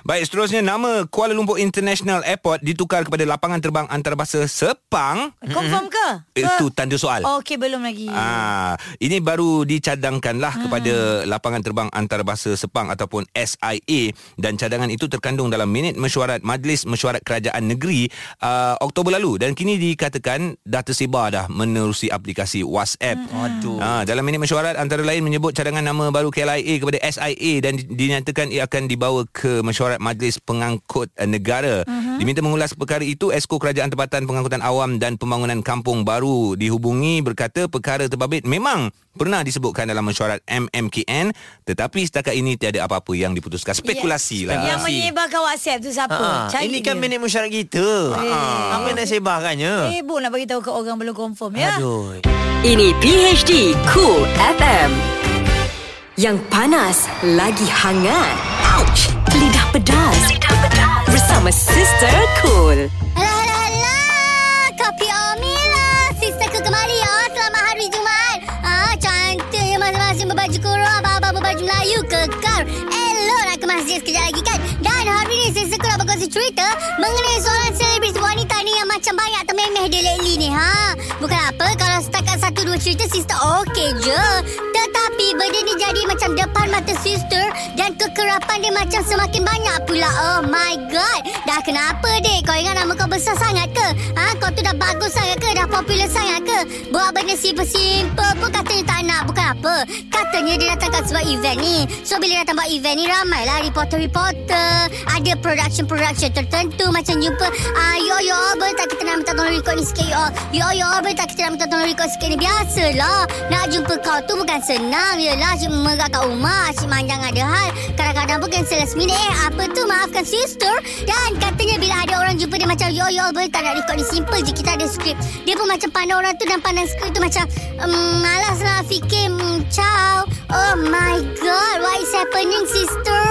Speaker 2: Baik, seterusnya nama Kuala Lumpur International Airport ditukar kepada lapangan terbang antarabangsa Sepang.
Speaker 4: Confirm ke? Ke-
Speaker 2: Itu tanda soal.
Speaker 4: Oh, Okey, belum lagi.
Speaker 2: Ah, ini baru dicadangkanlah hmm. kepada lapangan terbang antarabangsa Sepang ataupun SIA dan cadangan itu terkandung dalam minit mesyuarat Majlis Mesyuarat Kerajaan Negeri uh, Oktober lalu dan kini dikatakan dah tersebar dah menerusi aplikasi WhatsApp.
Speaker 4: Hmm.
Speaker 1: Aduh.
Speaker 2: Ha, dalam minit mesyuarat antara lain menyebut cadangan nama baru KLIA kepada SIA dan di- dinyatakan ia akan dibawa ke mesyuarat Majlis Pengangkut eh, Negara.
Speaker 1: Mhm.
Speaker 2: Uh-huh. Diminta mengulas perkara itu, Esko Kerajaan Tempatan Pengangkutan Awam dan Pembangunan Kampung Baru dihubungi berkata perkara terbabit memang pernah disebutkan dalam mesyuarat MMKN tetapi setakat ini tiada apa-apa yang diputuskan. Spekulasi lah.
Speaker 4: Yang menyebarkan WhatsApp tu siapa?
Speaker 1: Ha,
Speaker 4: Cari
Speaker 1: ini kan
Speaker 4: dia. Eh.
Speaker 1: minit mesyuarat kita. Ha, apa yang nak sebarkannya?
Speaker 4: Sibuk nak bagi tahu ke orang belum confirm ya.
Speaker 1: Aduh.
Speaker 3: Ini PHD Cool FM. Yang panas lagi hangat. Ouch. Lidah pedas. Lidah pedas. Bersama Sister Cool.
Speaker 8: Alah, alah, alah. Kopi Omila. Sister ke kembali ya. Selamat hari Jumaat. Ah, cantik ya masing-masing berbaju kurung. Abang-abang berbaju Melayu. lah kan? ha? cerita sister okey je. Tetapi benda ni jadi macam depan mata sister dan kekerapan dia macam semakin banyak pula. Oh my god. Dah kenapa dek? Kau ingat nama kau besar sangat ke? Ha? Kau tu dah bagus sangat ke? Dah popular sangat ke? Buat benda simple-simple pun katanya tak nak. Bukan apa. Katanya dia datang kat sebab event ni. So bila datang buat event ni ramailah reporter-reporter. Ada production-production tertentu macam jumpa. Ah, yo yo boleh tak kita nak minta tolong record ni sikit yo. Yo yo boleh tak kita nak minta tolong record sikit ni. Biasalah. Nak jumpa kau tu bukan senang. Yelah cik merah kat rumah. Cik manjang ada hal. Kadang-kadang pun cancel last minute. Eh apa tu maafkan sister. Dan katanya bila ada orang jumpa dia macam yo yo boleh tak nak record ni simple je. Kita ada skrip. Dia pun macam pandang orang tu dan pandang skrip tu macam um, malas lah fikir um, ciao. Oh my god what is happening sister.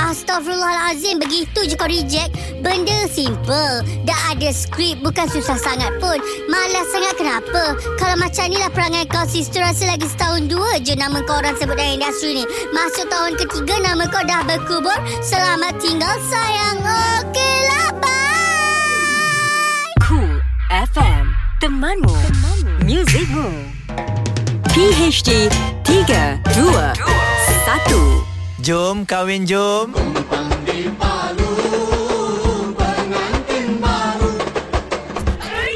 Speaker 8: Astaghfirullahalazim Begitu je kau reject Benda simple Dah ada skrip Bukan susah sangat pun Malas sangat kenapa Kalau macam ni lah perangai kau Sister rasa lagi setahun dua je Nama kau orang sebut dalam industri ni Masuk tahun ketiga Nama kau dah berkubur Selamat tinggal sayang Okey lah bye
Speaker 3: Cool FM Temanmu, Temanmu. Musicmu PHD 3 2 1
Speaker 1: Jom kahwin jom.
Speaker 4: Eh.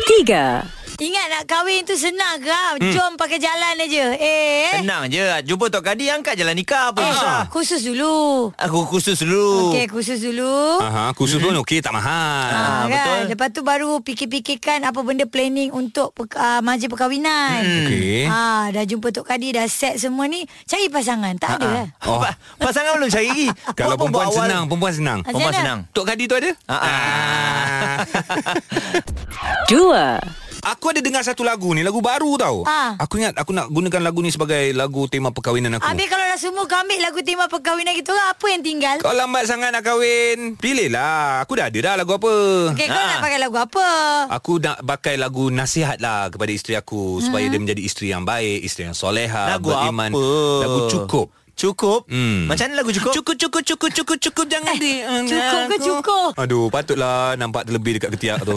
Speaker 3: Tiga.
Speaker 4: Ingat nak kahwin tu senang ke? Hmm. Jom pakai jalan aja. Eh.
Speaker 1: Tenang je. Jumpa Tok Kadi angkat jalan nikah apa susah.
Speaker 4: Eh, khusus dulu.
Speaker 1: Aku khusus dulu.
Speaker 4: Okey, khusus dulu.
Speaker 2: Aha, khusus pun okey tak mahal.
Speaker 1: Mhm. ah,
Speaker 4: Ah,
Speaker 1: betul.
Speaker 4: kan? Lepas tu baru fikir-fikirkan apa benda planning untuk pe- uh, majlis perkahwinan. Hmm.
Speaker 2: Okey.
Speaker 4: Ha, dah jumpa Tok Kadi dah set semua ni, cari pasangan. Tak ada lah.
Speaker 1: Oh.
Speaker 2: Oh.
Speaker 1: Pasangan belum cari lagi.
Speaker 2: Kalau
Speaker 1: Kau pun buat
Speaker 2: perempuan
Speaker 1: awal.
Speaker 2: senang, perempuan senang.
Speaker 4: Ah,
Speaker 1: Perempuan
Speaker 4: Zainal.
Speaker 1: senang.
Speaker 2: Tok Kadi tu ada?
Speaker 1: Ah, ah.
Speaker 3: Dua.
Speaker 2: Aku ada dengar satu lagu ni, lagu baru tau.
Speaker 4: Ah.
Speaker 2: Aku ingat aku nak gunakan lagu ni sebagai lagu tema perkahwinan aku.
Speaker 4: Habis kalau dah semua kau ambil lagu tema perkahwinan kita orang, apa yang tinggal?
Speaker 2: Kau lambat sangat nak kahwin. Pilihlah. Aku dah ada dah lagu apa.
Speaker 4: Okey, kau nak pakai lagu apa?
Speaker 2: Aku nak pakai lagu nasihat lah kepada isteri aku
Speaker 4: Hmm.
Speaker 2: supaya dia menjadi isteri yang baik, isteri yang soleha,
Speaker 1: Lagu
Speaker 2: beriman.
Speaker 1: apa?
Speaker 2: Lagu cukup.
Speaker 1: Cukup?
Speaker 2: Hmm.
Speaker 1: Macam mana lagu cukup?
Speaker 2: Cukup cukup cukup cukup cukup jangan di
Speaker 4: Eh, Cukup ke cukup?
Speaker 2: Aduh, patutlah nampak terlebih dekat ketiak tu.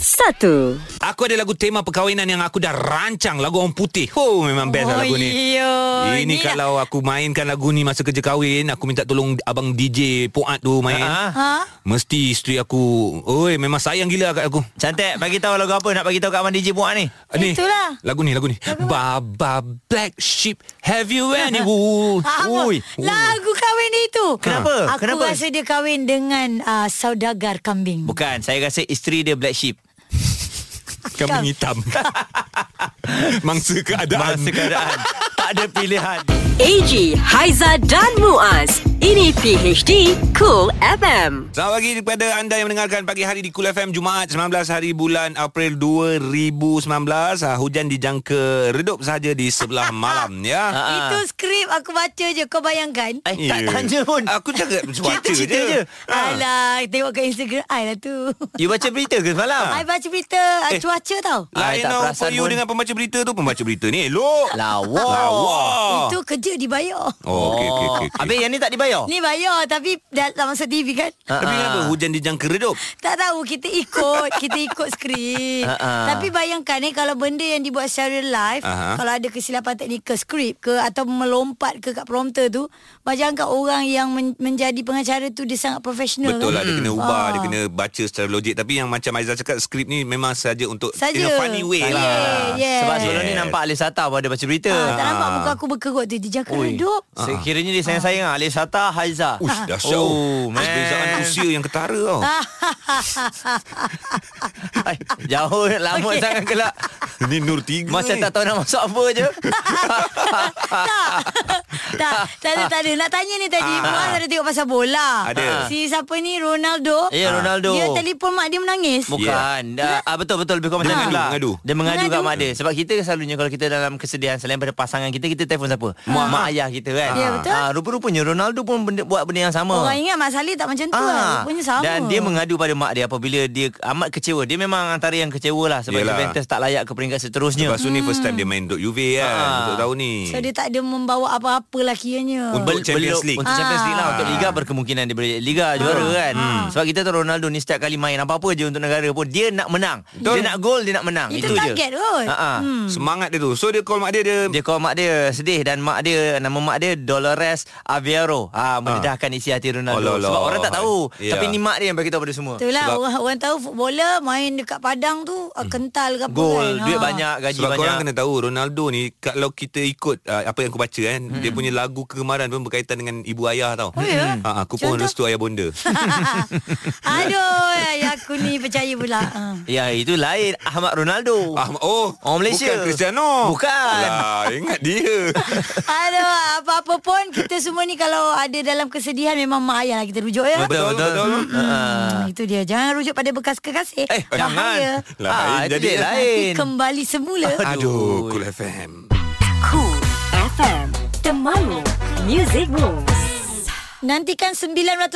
Speaker 3: Satu.
Speaker 2: aku ada lagu tema perkahwinan yang aku dah rancang lagu orang putih. Oh, memang best lah lagu ni.
Speaker 4: Yo,
Speaker 2: Ini
Speaker 4: Oh,
Speaker 2: kan
Speaker 4: ni lah.
Speaker 2: Ni kalau aku mainkan lagu ni masa kerja kahwin, aku minta tolong abang DJ Poat tu main.
Speaker 1: Ah.
Speaker 4: Ha?
Speaker 2: Mesti isteri aku, oi memang sayang gila kat aku. Ah,
Speaker 1: Cantik, bagi tahu lagu apa nak bagi tahu kat Abang DJ buat ni.
Speaker 2: Ni,
Speaker 4: Itulah.
Speaker 2: Lagu ni, lagu ni. Baba Black Sheep, have you any wool?
Speaker 4: Ah, Apa?
Speaker 1: Ui.
Speaker 4: Lagu kahwin dia itu.
Speaker 1: Kenapa?
Speaker 4: Aku
Speaker 1: Kenapa?
Speaker 4: rasa dia kahwin dengan uh, saudagar kambing.
Speaker 1: Bukan, saya rasa isteri dia black sheep.
Speaker 2: Kambing hitam. Mangsa keadaan.
Speaker 1: Masa keadaan. tak ada pilihan.
Speaker 3: AG, Haiza dan Muaz. Ini PHD Cool FM.
Speaker 2: Selamat pagi kepada anda yang mendengarkan pagi hari di Kul FM Jumaat 19 hari bulan April 2019. Ah, Hujan dijangka redup sahaja di sebelah malam ya.
Speaker 1: Ah.
Speaker 4: Itu skrip aku baca je. Kau bayangkan?
Speaker 1: Eh, tak
Speaker 2: Ya.
Speaker 1: tanya pun.
Speaker 2: Aku cakap
Speaker 1: Kita
Speaker 2: cuaca
Speaker 1: cerita je.
Speaker 2: je.
Speaker 4: Alah, tengok kat Instagram I lah tu.
Speaker 1: Ah. You baca berita
Speaker 4: I
Speaker 1: ke semalam?
Speaker 4: baca berita eh. cuaca tau.
Speaker 1: Ah, tak
Speaker 2: Lain tau
Speaker 1: perasan
Speaker 2: for
Speaker 1: pun.
Speaker 2: you
Speaker 1: Lah.
Speaker 2: dengan pembaca berita tu Pembaca berita ni Elok
Speaker 1: Lawa.
Speaker 2: Lawa
Speaker 4: Itu kerja dibayar.
Speaker 2: Oh, okey, okey, okey. Okay.
Speaker 1: Habis yang ni tak dibayar?
Speaker 4: Ni bayar tapi dah tak masuk TV kan?
Speaker 1: ah,
Speaker 2: Tapi kenapa hujan dijangka redup?
Speaker 4: Tak tahu kita ikut Kita ikut skrip
Speaker 1: Ha, ha.
Speaker 4: Tapi bayangkan eh Kalau benda yang dibuat secara live
Speaker 2: Aha.
Speaker 4: Kalau ada kesilapan teknikal skrip ke Atau melompat ke kat prompter tu Bayangkan orang yang men- menjadi pengacara tu Dia sangat profesional
Speaker 2: Betul lah
Speaker 4: kan?
Speaker 2: Dia kena ubah
Speaker 4: Ah.
Speaker 2: Dia kena baca secara logik Tapi yang macam Aizah cakap Skrip ni memang saja untuk
Speaker 4: Saja.
Speaker 2: In a funny way
Speaker 4: Saja.
Speaker 2: lah
Speaker 4: Yeah.
Speaker 1: Sebab sebelum ni
Speaker 2: Yes.
Speaker 1: nampak Alif Sata pun ada baca berita.
Speaker 4: Ah,
Speaker 2: Ha.
Speaker 4: tak nampak muka aku berkerut tu Dia jangan
Speaker 1: Ui.
Speaker 4: redup
Speaker 1: Sekiranya dia sayang-sayang ah. Alif Sata Haiza.
Speaker 2: Ush dahsyat kan
Speaker 1: Oh, man.
Speaker 2: Perbezaan usia yang ketara tau
Speaker 1: Ay, jauh lama okay. sangat gelak.
Speaker 2: Ni Nur tiga
Speaker 1: Masa
Speaker 2: ni.
Speaker 1: tak tahu nak masuk apa je.
Speaker 4: tak. tak. Tak ada, tak ada. Nak tanya ni tadi.
Speaker 2: Ah.
Speaker 4: Muaz ada tengok pasal bola. Ah.
Speaker 2: Ada.
Speaker 4: Si siapa ni? Ronaldo.
Speaker 1: Ya, Ronaldo.
Speaker 4: Dia telefon mak dia menangis.
Speaker 1: Bukan. Yeah. Ah, betul betul lebih kurang
Speaker 2: Ya. Dia
Speaker 1: macam tu
Speaker 2: mengadu,
Speaker 1: lah.
Speaker 2: mengadu.
Speaker 1: Dia mengadu, kat
Speaker 4: Mengadu.
Speaker 1: mak dia. Sebab kita selalunya kalau kita dalam kesedihan selain pada pasangan kita kita telefon siapa? Mak, mak ayah kita kan.
Speaker 4: Ah. Ya, betul.
Speaker 1: Ah, rupa-rupanya Ronaldo pun benda, buat benda yang sama. Ah.
Speaker 4: Orang ingat Mak Saleh tak macam
Speaker 2: Ah.
Speaker 4: tu lah. Rupanya sama.
Speaker 1: Dan dia mengadu pada mak dia apabila dia amat kecewa. Dia memang antara yang kecewa lah sebab
Speaker 2: Yelah.
Speaker 1: Yelah. Juventus tak layak ke peringkat peringkat seterusnya.
Speaker 2: Lepas tu ni first time dia main untuk Juve kan
Speaker 1: Ah.
Speaker 2: Untuk tahun ni
Speaker 4: So dia tak ada membawa apa-apalah kiranya.
Speaker 2: Untuk
Speaker 1: Bel-
Speaker 2: Champions
Speaker 1: belum-
Speaker 2: League.
Speaker 1: Untuk Champions League lah
Speaker 2: Ah.
Speaker 1: Untuk Liga berkemungkinan Dia boleh Liga juara kan Sebab kita tahu Ronaldo ni Setiap kali main Apa-apa je untuk negara pun Dia nak menang Dia nak gol Dia nak menang
Speaker 4: Itu
Speaker 1: Itu, je
Speaker 4: target kot.
Speaker 1: Ha-ha.
Speaker 2: Hmm. Semangat dia tu So dia call mak dia Dia,
Speaker 1: Dia call mak dia Sedih Dan mak dia Nama mak dia Dolores Aviero ha, Mendedahkan isi hati Ronaldo
Speaker 2: Ah. Alah, alah.
Speaker 1: Sebab orang tak tahu
Speaker 2: Ya. lah.
Speaker 1: Tapi ni mak dia yang beritahu pada semua
Speaker 4: Itulah
Speaker 2: Sebab-
Speaker 4: lah. orang, orang tahu footballer main dekat padang tu ah, kental ke apa
Speaker 1: Hmm. Gol
Speaker 4: kan.
Speaker 1: Duit
Speaker 4: Ha.
Speaker 1: banyak Gaji
Speaker 2: Ah. sebab
Speaker 1: banyak
Speaker 2: korang kena tahu Ronaldo ni Kalau kita ikut uh, Apa yang aku baca kan hmm. Dia punya lagu kegemaran pun Berkaitan dengan ibu ayah tau
Speaker 4: Oh, ya?
Speaker 2: ha, Aku pun
Speaker 4: Contoh?
Speaker 2: restu ayah bonda
Speaker 4: Aduh, ayah aku ni percaya pula. Ha.
Speaker 1: Ya itu lain Ahmad Ronaldo
Speaker 2: ah, Oh
Speaker 1: Orang Malaysia
Speaker 2: Bukan Cristiano
Speaker 1: Bukan
Speaker 2: Alah, Ingat dia
Speaker 4: Aduh, apa-apa pun kita semua ni kalau ada dalam kesedihan memang mak ayah lah kita rujuk ya.
Speaker 1: Betul betul, betul.
Speaker 4: Hmm, itu dia. Jangan rujuk pada bekas kekasih.
Speaker 1: Eh jangan
Speaker 2: Lain
Speaker 1: Ah, itu
Speaker 2: jadi.
Speaker 1: dia
Speaker 2: ya.
Speaker 4: Nanti
Speaker 1: lain
Speaker 4: kembali semula.
Speaker 2: Aduh Cool FM
Speaker 3: Cool FM Temanmu Music Rules
Speaker 4: Nantikan RM900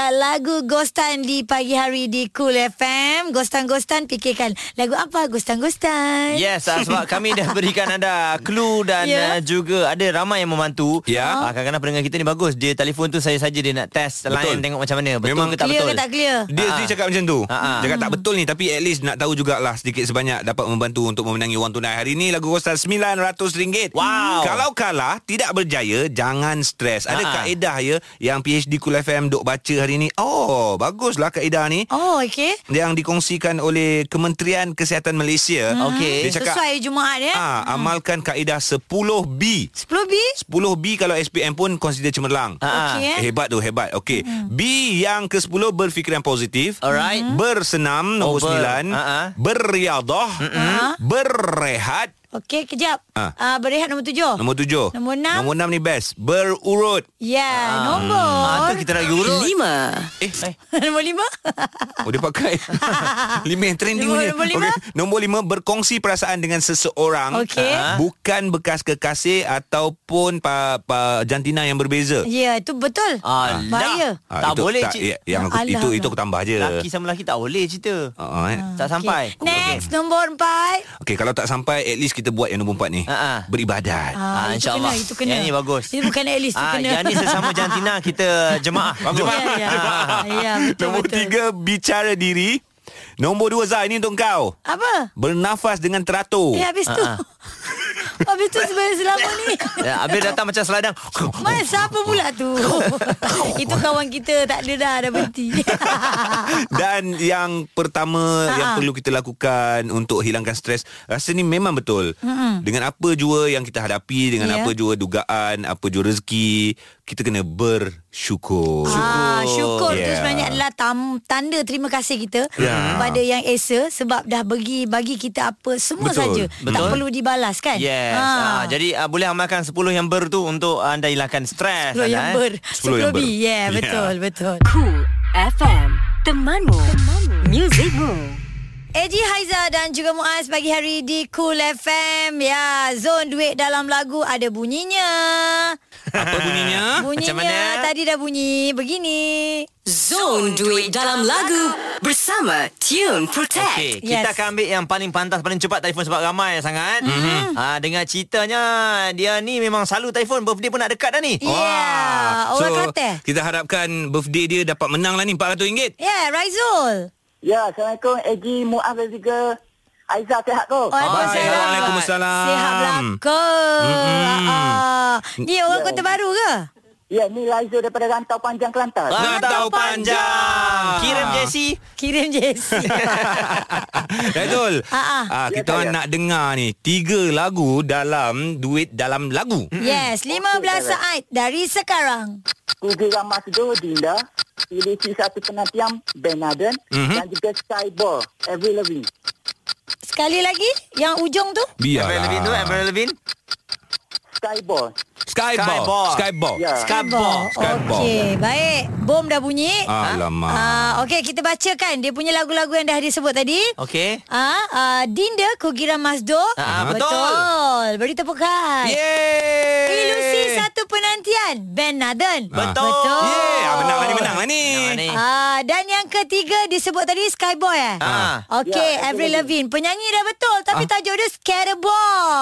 Speaker 4: uh, lagu Gostan di pagi hari di Cool FM. Gostan-gostan fikirkan lagu apa Gostan-gostan.
Speaker 1: Yes, ah, sebab kami dah berikan anda clue dan
Speaker 4: Ya.
Speaker 1: yeah. uh, juga ada ramai yang membantu.
Speaker 2: Ya.
Speaker 1: Ah, kadang-kadang pendengar kita ni bagus. Dia telefon tu saya saja dia nak test
Speaker 2: Betul.
Speaker 1: line tengok macam mana. Betul
Speaker 2: Memang
Speaker 1: ke tak
Speaker 4: clear
Speaker 1: betul?
Speaker 4: ke tak clear?
Speaker 2: Dia
Speaker 1: Ah.
Speaker 2: sendiri cakap macam tu
Speaker 1: Ha, ha.
Speaker 2: Cakap tak betul ni Tapi at least nak tahu jugalah Sedikit sebanyak dapat membantu Untuk memenangi wang tunai Hari ni lagu kostar RM900
Speaker 1: Wow.
Speaker 2: Kalau kalah Tidak berjaya Jangan stres Ada
Speaker 1: Ha, ha.
Speaker 2: kaedah ya Yang PhD Kul FM Duk baca hari ni Oh Baguslah kaedah ni
Speaker 4: Oh, okey.
Speaker 2: Yang dikongsikan oleh Kementerian Kesihatan Malaysia
Speaker 1: Hmm. Okey.
Speaker 2: Dia cakap
Speaker 4: Sesuai Jumaat ya.
Speaker 2: ah, Amalkan kaedah 10B
Speaker 4: 10B?
Speaker 2: 10B kalau SPM pun Consider cemerlang
Speaker 1: Ah, ah.
Speaker 4: Okey, eh.
Speaker 2: Hebat tu hebat Okey B yang ke-10 Berfikiran positif
Speaker 1: Alright.
Speaker 2: Bersenam Nombor
Speaker 1: Hmm? Oh, ber- Hmm?
Speaker 2: 9
Speaker 1: Ah, ah.
Speaker 2: Beriadah Berehat
Speaker 4: Okey, kejap.
Speaker 2: Ah.
Speaker 4: Ah. Uh, berehat nombor tujuh.
Speaker 2: Nombor 7
Speaker 4: Nombor enam.
Speaker 2: Nombor 6 ni best Berurut
Speaker 4: Ya, yeah, nombor.
Speaker 1: Ah, tu kita nak urut.
Speaker 3: Lima
Speaker 2: Eh
Speaker 4: nombor lima?
Speaker 2: Oh dia pakai Lima yang trending
Speaker 4: Nombor-
Speaker 2: punya
Speaker 4: nombor lima?
Speaker 2: Okey. Nombor lima Berkongsi perasaan dengan seseorang
Speaker 4: Okey.
Speaker 1: Ha?
Speaker 2: Ah. Bukan bekas kekasih Ataupun pa, pa, jantina yang berbeza
Speaker 4: ya, itu betul.
Speaker 1: Alah.
Speaker 4: Bahaya.
Speaker 2: Ah,
Speaker 1: Tak
Speaker 2: itu,
Speaker 1: boleh,
Speaker 2: tak,
Speaker 1: Cik.
Speaker 2: ya, yang aku,
Speaker 4: Alah,
Speaker 2: itu,
Speaker 4: alah.
Speaker 2: itu aku tambah je
Speaker 1: Laki sama laki tak boleh cerita.
Speaker 2: Ah, eh.
Speaker 1: Tak sampai.
Speaker 4: Okay. Next, nombor empat.
Speaker 2: Okey, kalau tak sampai at least kita buat yang nombor 4 ni.
Speaker 1: Ha, ha.
Speaker 2: Beribadat.
Speaker 1: Ah,
Speaker 4: itu
Speaker 1: insyaAllah.
Speaker 4: kena, Itu kena.
Speaker 1: Yang ni bagus.
Speaker 4: Itu bukan at least, itu
Speaker 1: Ah,
Speaker 4: kena.
Speaker 1: yang ni sesama jantina kita jemaah. Bagus.
Speaker 4: Ya, ya. Ya, betul,
Speaker 2: Ah, nombor
Speaker 4: betul.
Speaker 2: 3 bicara diri. Nombor 2 Zah ini untuk kau.
Speaker 4: Apa?
Speaker 2: Bernafas dengan teratur.
Speaker 4: Eh, habis tu. habis tu sebenarnya selama ni.
Speaker 1: Ya, habis datang macam seladang.
Speaker 4: Mas, siapa pula tu? itu kawan kita tak ada dah, dah berhenti.
Speaker 2: Dan yang pertama
Speaker 4: Ha,
Speaker 2: yang
Speaker 4: ha.
Speaker 2: perlu kita lakukan untuk hilangkan stres, rasa ni memang betul. Dengan apa jua yang kita hadapi, dengan
Speaker 4: Ya.
Speaker 2: apa jua dugaan, apa jua rezeki, kita kena bersyukur. Ya.
Speaker 4: Ah, syukur yeah. tu
Speaker 2: Yeah.
Speaker 4: sebenarnya lah. adalah tam, tanda terima kasih kita
Speaker 2: Yeah.
Speaker 4: yeah. kepada yang esa sebab dah bagi bagi kita apa semua
Speaker 2: Betul.
Speaker 4: saja. Tak
Speaker 1: Betul.
Speaker 4: perlu dibalas kan?
Speaker 1: Yes. Ah, jadi ah, boleh amalkan 10 yang ber tu untuk anda hilangkan stres.
Speaker 4: 10 yang
Speaker 1: anda, eh.
Speaker 4: ber
Speaker 2: 10
Speaker 4: 10
Speaker 2: yang
Speaker 4: B
Speaker 2: ber.
Speaker 4: yeah,
Speaker 2: Yeah.
Speaker 4: betul betul
Speaker 3: Cool FM Temanmu, Temanmu. Music Room
Speaker 4: Eji Haiza dan juga Muaz pagi hari di Cool FM ya zon duit dalam lagu ada bunyinya
Speaker 2: Apa bunyinya?
Speaker 4: bunyinya
Speaker 1: mana?
Speaker 4: tadi dah bunyi begini
Speaker 3: Zone Duit Dalam Lagu Bersama Tune Protect
Speaker 1: Okey,
Speaker 4: Yes.
Speaker 1: kita akan ambil yang paling pantas, paling cepat telefon sebab ramai sangat. Mm-hmm. Ah dengan ceritanya dia ni memang selalu telefon birthday pun nak dekat dah ni.
Speaker 4: Ya, yeah, orang
Speaker 2: so,
Speaker 4: kata.
Speaker 2: Kita harapkan birthday dia dapat menang lah ni RM400.
Speaker 4: Ya, yeah, Raizul.
Speaker 9: Ya, Assalamuaikum AG Muaz dan juga Aizah sihat ke?
Speaker 4: Waalaikumsalam.
Speaker 2: Waalaikumsalam.
Speaker 4: Sihat belaka. Mm-hmm. Ah, Ni orang Kota Baru ke?
Speaker 9: Ya, ni Raizul daripada Rantau Panjang Kelantan.
Speaker 10: Ah.
Speaker 2: Rantau
Speaker 4: Rantau
Speaker 2: panjang.
Speaker 1: Kirim JC.
Speaker 4: Kirim JC.
Speaker 2: Betul.
Speaker 4: Ha, ha.
Speaker 2: Ah, kita orang nak dengar ni tiga lagu dalam duit dalam lagu.
Speaker 4: yes, 15 saat dari sekarang.
Speaker 9: Tiga Ramah Sedo, Dinda. Pilih C1 Penantiam, Ben Aden.
Speaker 2: Mhm.
Speaker 9: Dan juga Skyball, Every Loving.
Speaker 4: Sekali lagi, yang ujung tu.
Speaker 1: Avril Lavigne tu, Avril Lavigne.
Speaker 9: Skyball.
Speaker 2: Skyball.
Speaker 1: Skyball.
Speaker 2: Skyball.
Speaker 9: Ya.
Speaker 1: Skyball.
Speaker 2: Skyball.
Speaker 4: Okey, baik. Bom dah bunyi.
Speaker 2: Alamak.
Speaker 4: Ah, Okey, kita bacakan dia punya lagu-lagu yang dah disebut tadi.
Speaker 1: Okey.
Speaker 4: Ah, ah, Dinda Kugira Masdo.
Speaker 1: Ah, betul.
Speaker 4: betul. Beri tepukan.
Speaker 2: Yeay.
Speaker 4: Ilusi satu penantian Ben Nathan.
Speaker 1: Betul.
Speaker 4: Betul.
Speaker 2: Yeah, ah, menang lah ni menang lah ni.
Speaker 1: Menang lah ni.
Speaker 4: Ah, dan yang ketiga disebut tadi Skyboy eh.
Speaker 1: Ah.
Speaker 4: Okey,
Speaker 9: Ya,
Speaker 4: Avril Lavigne. Penyanyi dah betul tapi tajuk dia Scatterboy.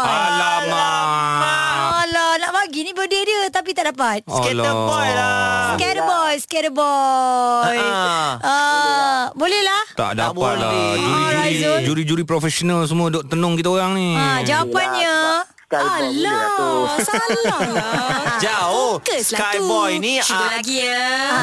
Speaker 2: Alamak.
Speaker 4: Alah, nak bagi ni birthday dia tapi tak dapat.
Speaker 1: Skater boy lah.
Speaker 4: Scatterboy, Scatterboy.
Speaker 1: Ah.
Speaker 4: Ah, boleh lah.
Speaker 2: Tak
Speaker 1: Tak
Speaker 2: dapat lah
Speaker 1: boleh.
Speaker 2: Juri-juri
Speaker 4: Ah, Razul.
Speaker 2: Juri-juri profesional semua Duk tenung kita orang ni
Speaker 4: Ah, jawapannya
Speaker 9: Skyboy boleh
Speaker 4: Alah,
Speaker 9: lah tu.
Speaker 4: salah lah.
Speaker 1: Jauh
Speaker 3: Fokus lah tu.
Speaker 1: Skyboy ni
Speaker 3: Cuba
Speaker 1: ah,
Speaker 3: lagi ya.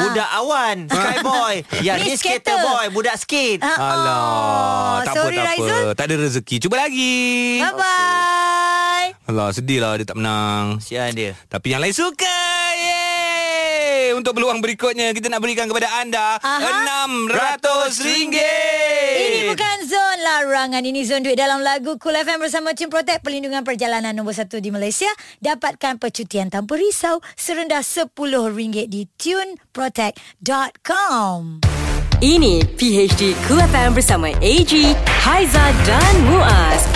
Speaker 1: Budak awan Skyboy Ya
Speaker 4: Ni
Speaker 1: Ah. ni
Speaker 4: skater.
Speaker 1: skater boy Budak skate
Speaker 4: Ah,
Speaker 2: Alah Tak apa
Speaker 4: Sorry,
Speaker 2: tak apa
Speaker 4: Raizul.
Speaker 2: Tak ada rezeki Cuba lagi
Speaker 4: Bye-bye.
Speaker 2: Alah sedih lah dia tak menang
Speaker 1: Sian dia
Speaker 2: Tapi yang lain suka Yeay Untuk peluang berikutnya Kita nak berikan kepada anda
Speaker 4: Aha.
Speaker 2: RM600 Eh.
Speaker 4: Ini bukan zon larangan Ini zon duit dalam lagu Cool FM bersama Team Protect Perlindungan Perjalanan nombor 1 di Malaysia Dapatkan percutian tanpa risau Serendah RM10 di tuneprotect.com
Speaker 3: Ini PHD Cool FM bersama AG, Haiza dan Muaz.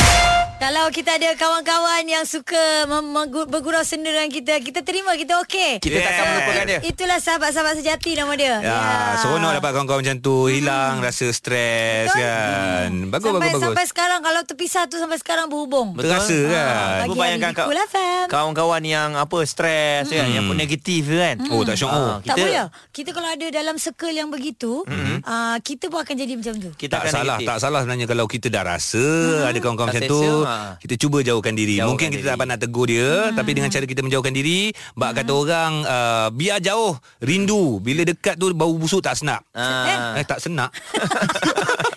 Speaker 4: Kalau kita ada kawan-kawan yang suka mem- menggu- bergurau senda dengan kita Kita terima, kita okey
Speaker 1: Kita
Speaker 2: Yeah.
Speaker 1: takkan melupakan dia
Speaker 4: Itulah sahabat-sahabat sejati nama dia
Speaker 2: Ya, seronok dapat kawan-kawan macam tu Hilang rasa stres
Speaker 4: Mm-hmm. Betul.
Speaker 2: kan Bagus,
Speaker 4: sampai,
Speaker 2: bagus, bagus
Speaker 4: Sampai sekarang Ah, Kalau terpisah tu Sampai sekarang berhubung
Speaker 1: Betul.
Speaker 2: Terasa kan
Speaker 4: Bagi
Speaker 1: Aku
Speaker 4: hari
Speaker 1: bayangkan
Speaker 4: ni
Speaker 1: kau,
Speaker 4: Cool FM.
Speaker 1: kawan-kawan yang apa stres kan yang pun negatif tu kan.
Speaker 2: Hmm. Oh, tak syok.
Speaker 1: Ah,
Speaker 4: Tak boleh Kita kalau ada dalam circle yang begitu
Speaker 2: Mhm.
Speaker 4: mm-hmm. uh, Kita pun akan Mm-hmm. jadi macam tu
Speaker 1: Kita
Speaker 2: tak
Speaker 1: akan
Speaker 2: salah
Speaker 1: negatif.
Speaker 2: tak salah sebenarnya kalau kita dah rasa ada kawan-kawan
Speaker 1: Tak
Speaker 2: macam
Speaker 1: selesa,
Speaker 2: tu
Speaker 1: ha.
Speaker 2: kita cuba jauhkan diri
Speaker 1: Jauhkan
Speaker 2: mungkin kita
Speaker 1: diri.
Speaker 2: dapat nak tegur dia
Speaker 4: Mm-hmm.
Speaker 2: tapi dengan cara kita menjauhkan diri bak kata orang uh, biar jauh rindu bila dekat tu bau busuk tak senap
Speaker 1: Ah.
Speaker 2: eh tak senap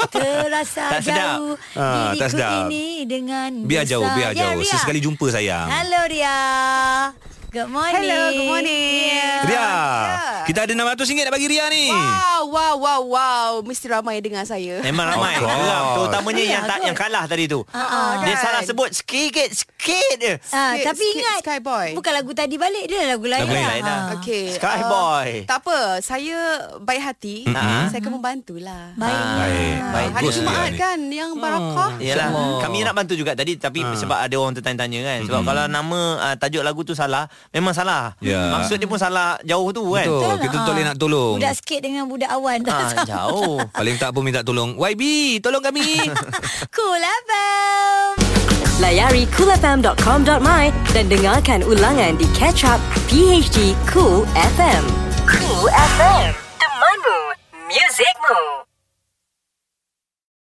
Speaker 4: Terasa
Speaker 1: Tak sedap.
Speaker 4: jauh
Speaker 2: Ah,
Speaker 4: Diriku
Speaker 2: tak sedap.
Speaker 4: ini dengan
Speaker 2: biar
Speaker 4: besar.
Speaker 2: jauh biar
Speaker 4: Ya,
Speaker 2: jauh
Speaker 4: Ria.
Speaker 2: sesekali jumpa sayang
Speaker 4: Hello Ria Good morning
Speaker 10: Hello, good morning.
Speaker 2: Ria kita ada RM600 nak bagi Ria ni
Speaker 10: Wow, wow, wow, wow. Mesti ramai dengar saya.
Speaker 1: Memang ramai
Speaker 2: Of course.
Speaker 1: Geram. Terutamanya
Speaker 4: Ya,
Speaker 1: yang tak
Speaker 4: kot.
Speaker 1: yang kalah tadi tu.
Speaker 4: ah.
Speaker 1: Dia
Speaker 10: Kan?
Speaker 1: salah sebut sikit sikit je.
Speaker 4: Ah,
Speaker 10: Skate-
Speaker 4: Tapi
Speaker 10: skate
Speaker 4: ingat
Speaker 10: Skyboy.
Speaker 4: Bukan lagu tadi balik Dia lagu lain
Speaker 1: Lagu
Speaker 2: ya.
Speaker 4: lah.
Speaker 1: lain lah.
Speaker 4: Ah.
Speaker 10: Okay.
Speaker 1: Skyboy. Ah,
Speaker 10: Uh, tak apa. Saya baik hati. Saya akan membantulah.
Speaker 4: Baik
Speaker 2: baik
Speaker 1: Baik.
Speaker 10: Hari
Speaker 2: Eh, bagus Ria
Speaker 10: Jumaat
Speaker 2: ni.
Speaker 10: kan yang barakah.
Speaker 1: Yalah.
Speaker 2: Insya-Allah.
Speaker 1: Kami nak bantu juga tadi tapi
Speaker 2: Ah.
Speaker 1: sebab ada orang tertanya-tanya kan. Sebab
Speaker 2: Hmm.
Speaker 1: kalau nama ah, tajuk lagu tu salah, memang salah.
Speaker 2: Ya.
Speaker 1: Maksud dia pun salah jauh tu kan.
Speaker 2: betul kita
Speaker 4: Ah.
Speaker 2: tak boleh nak tolong
Speaker 4: Budak skate dengan budak awan tak
Speaker 1: Ah,
Speaker 4: sama.
Speaker 1: jauh.
Speaker 2: paling tak pun minta tolong YB tolong kami
Speaker 4: Cool FM
Speaker 3: Layari coolfm.com.my dan dengarkan ulangan di Catch Up PHD Cool FM. Cool FM. Temanmu. Musicmu.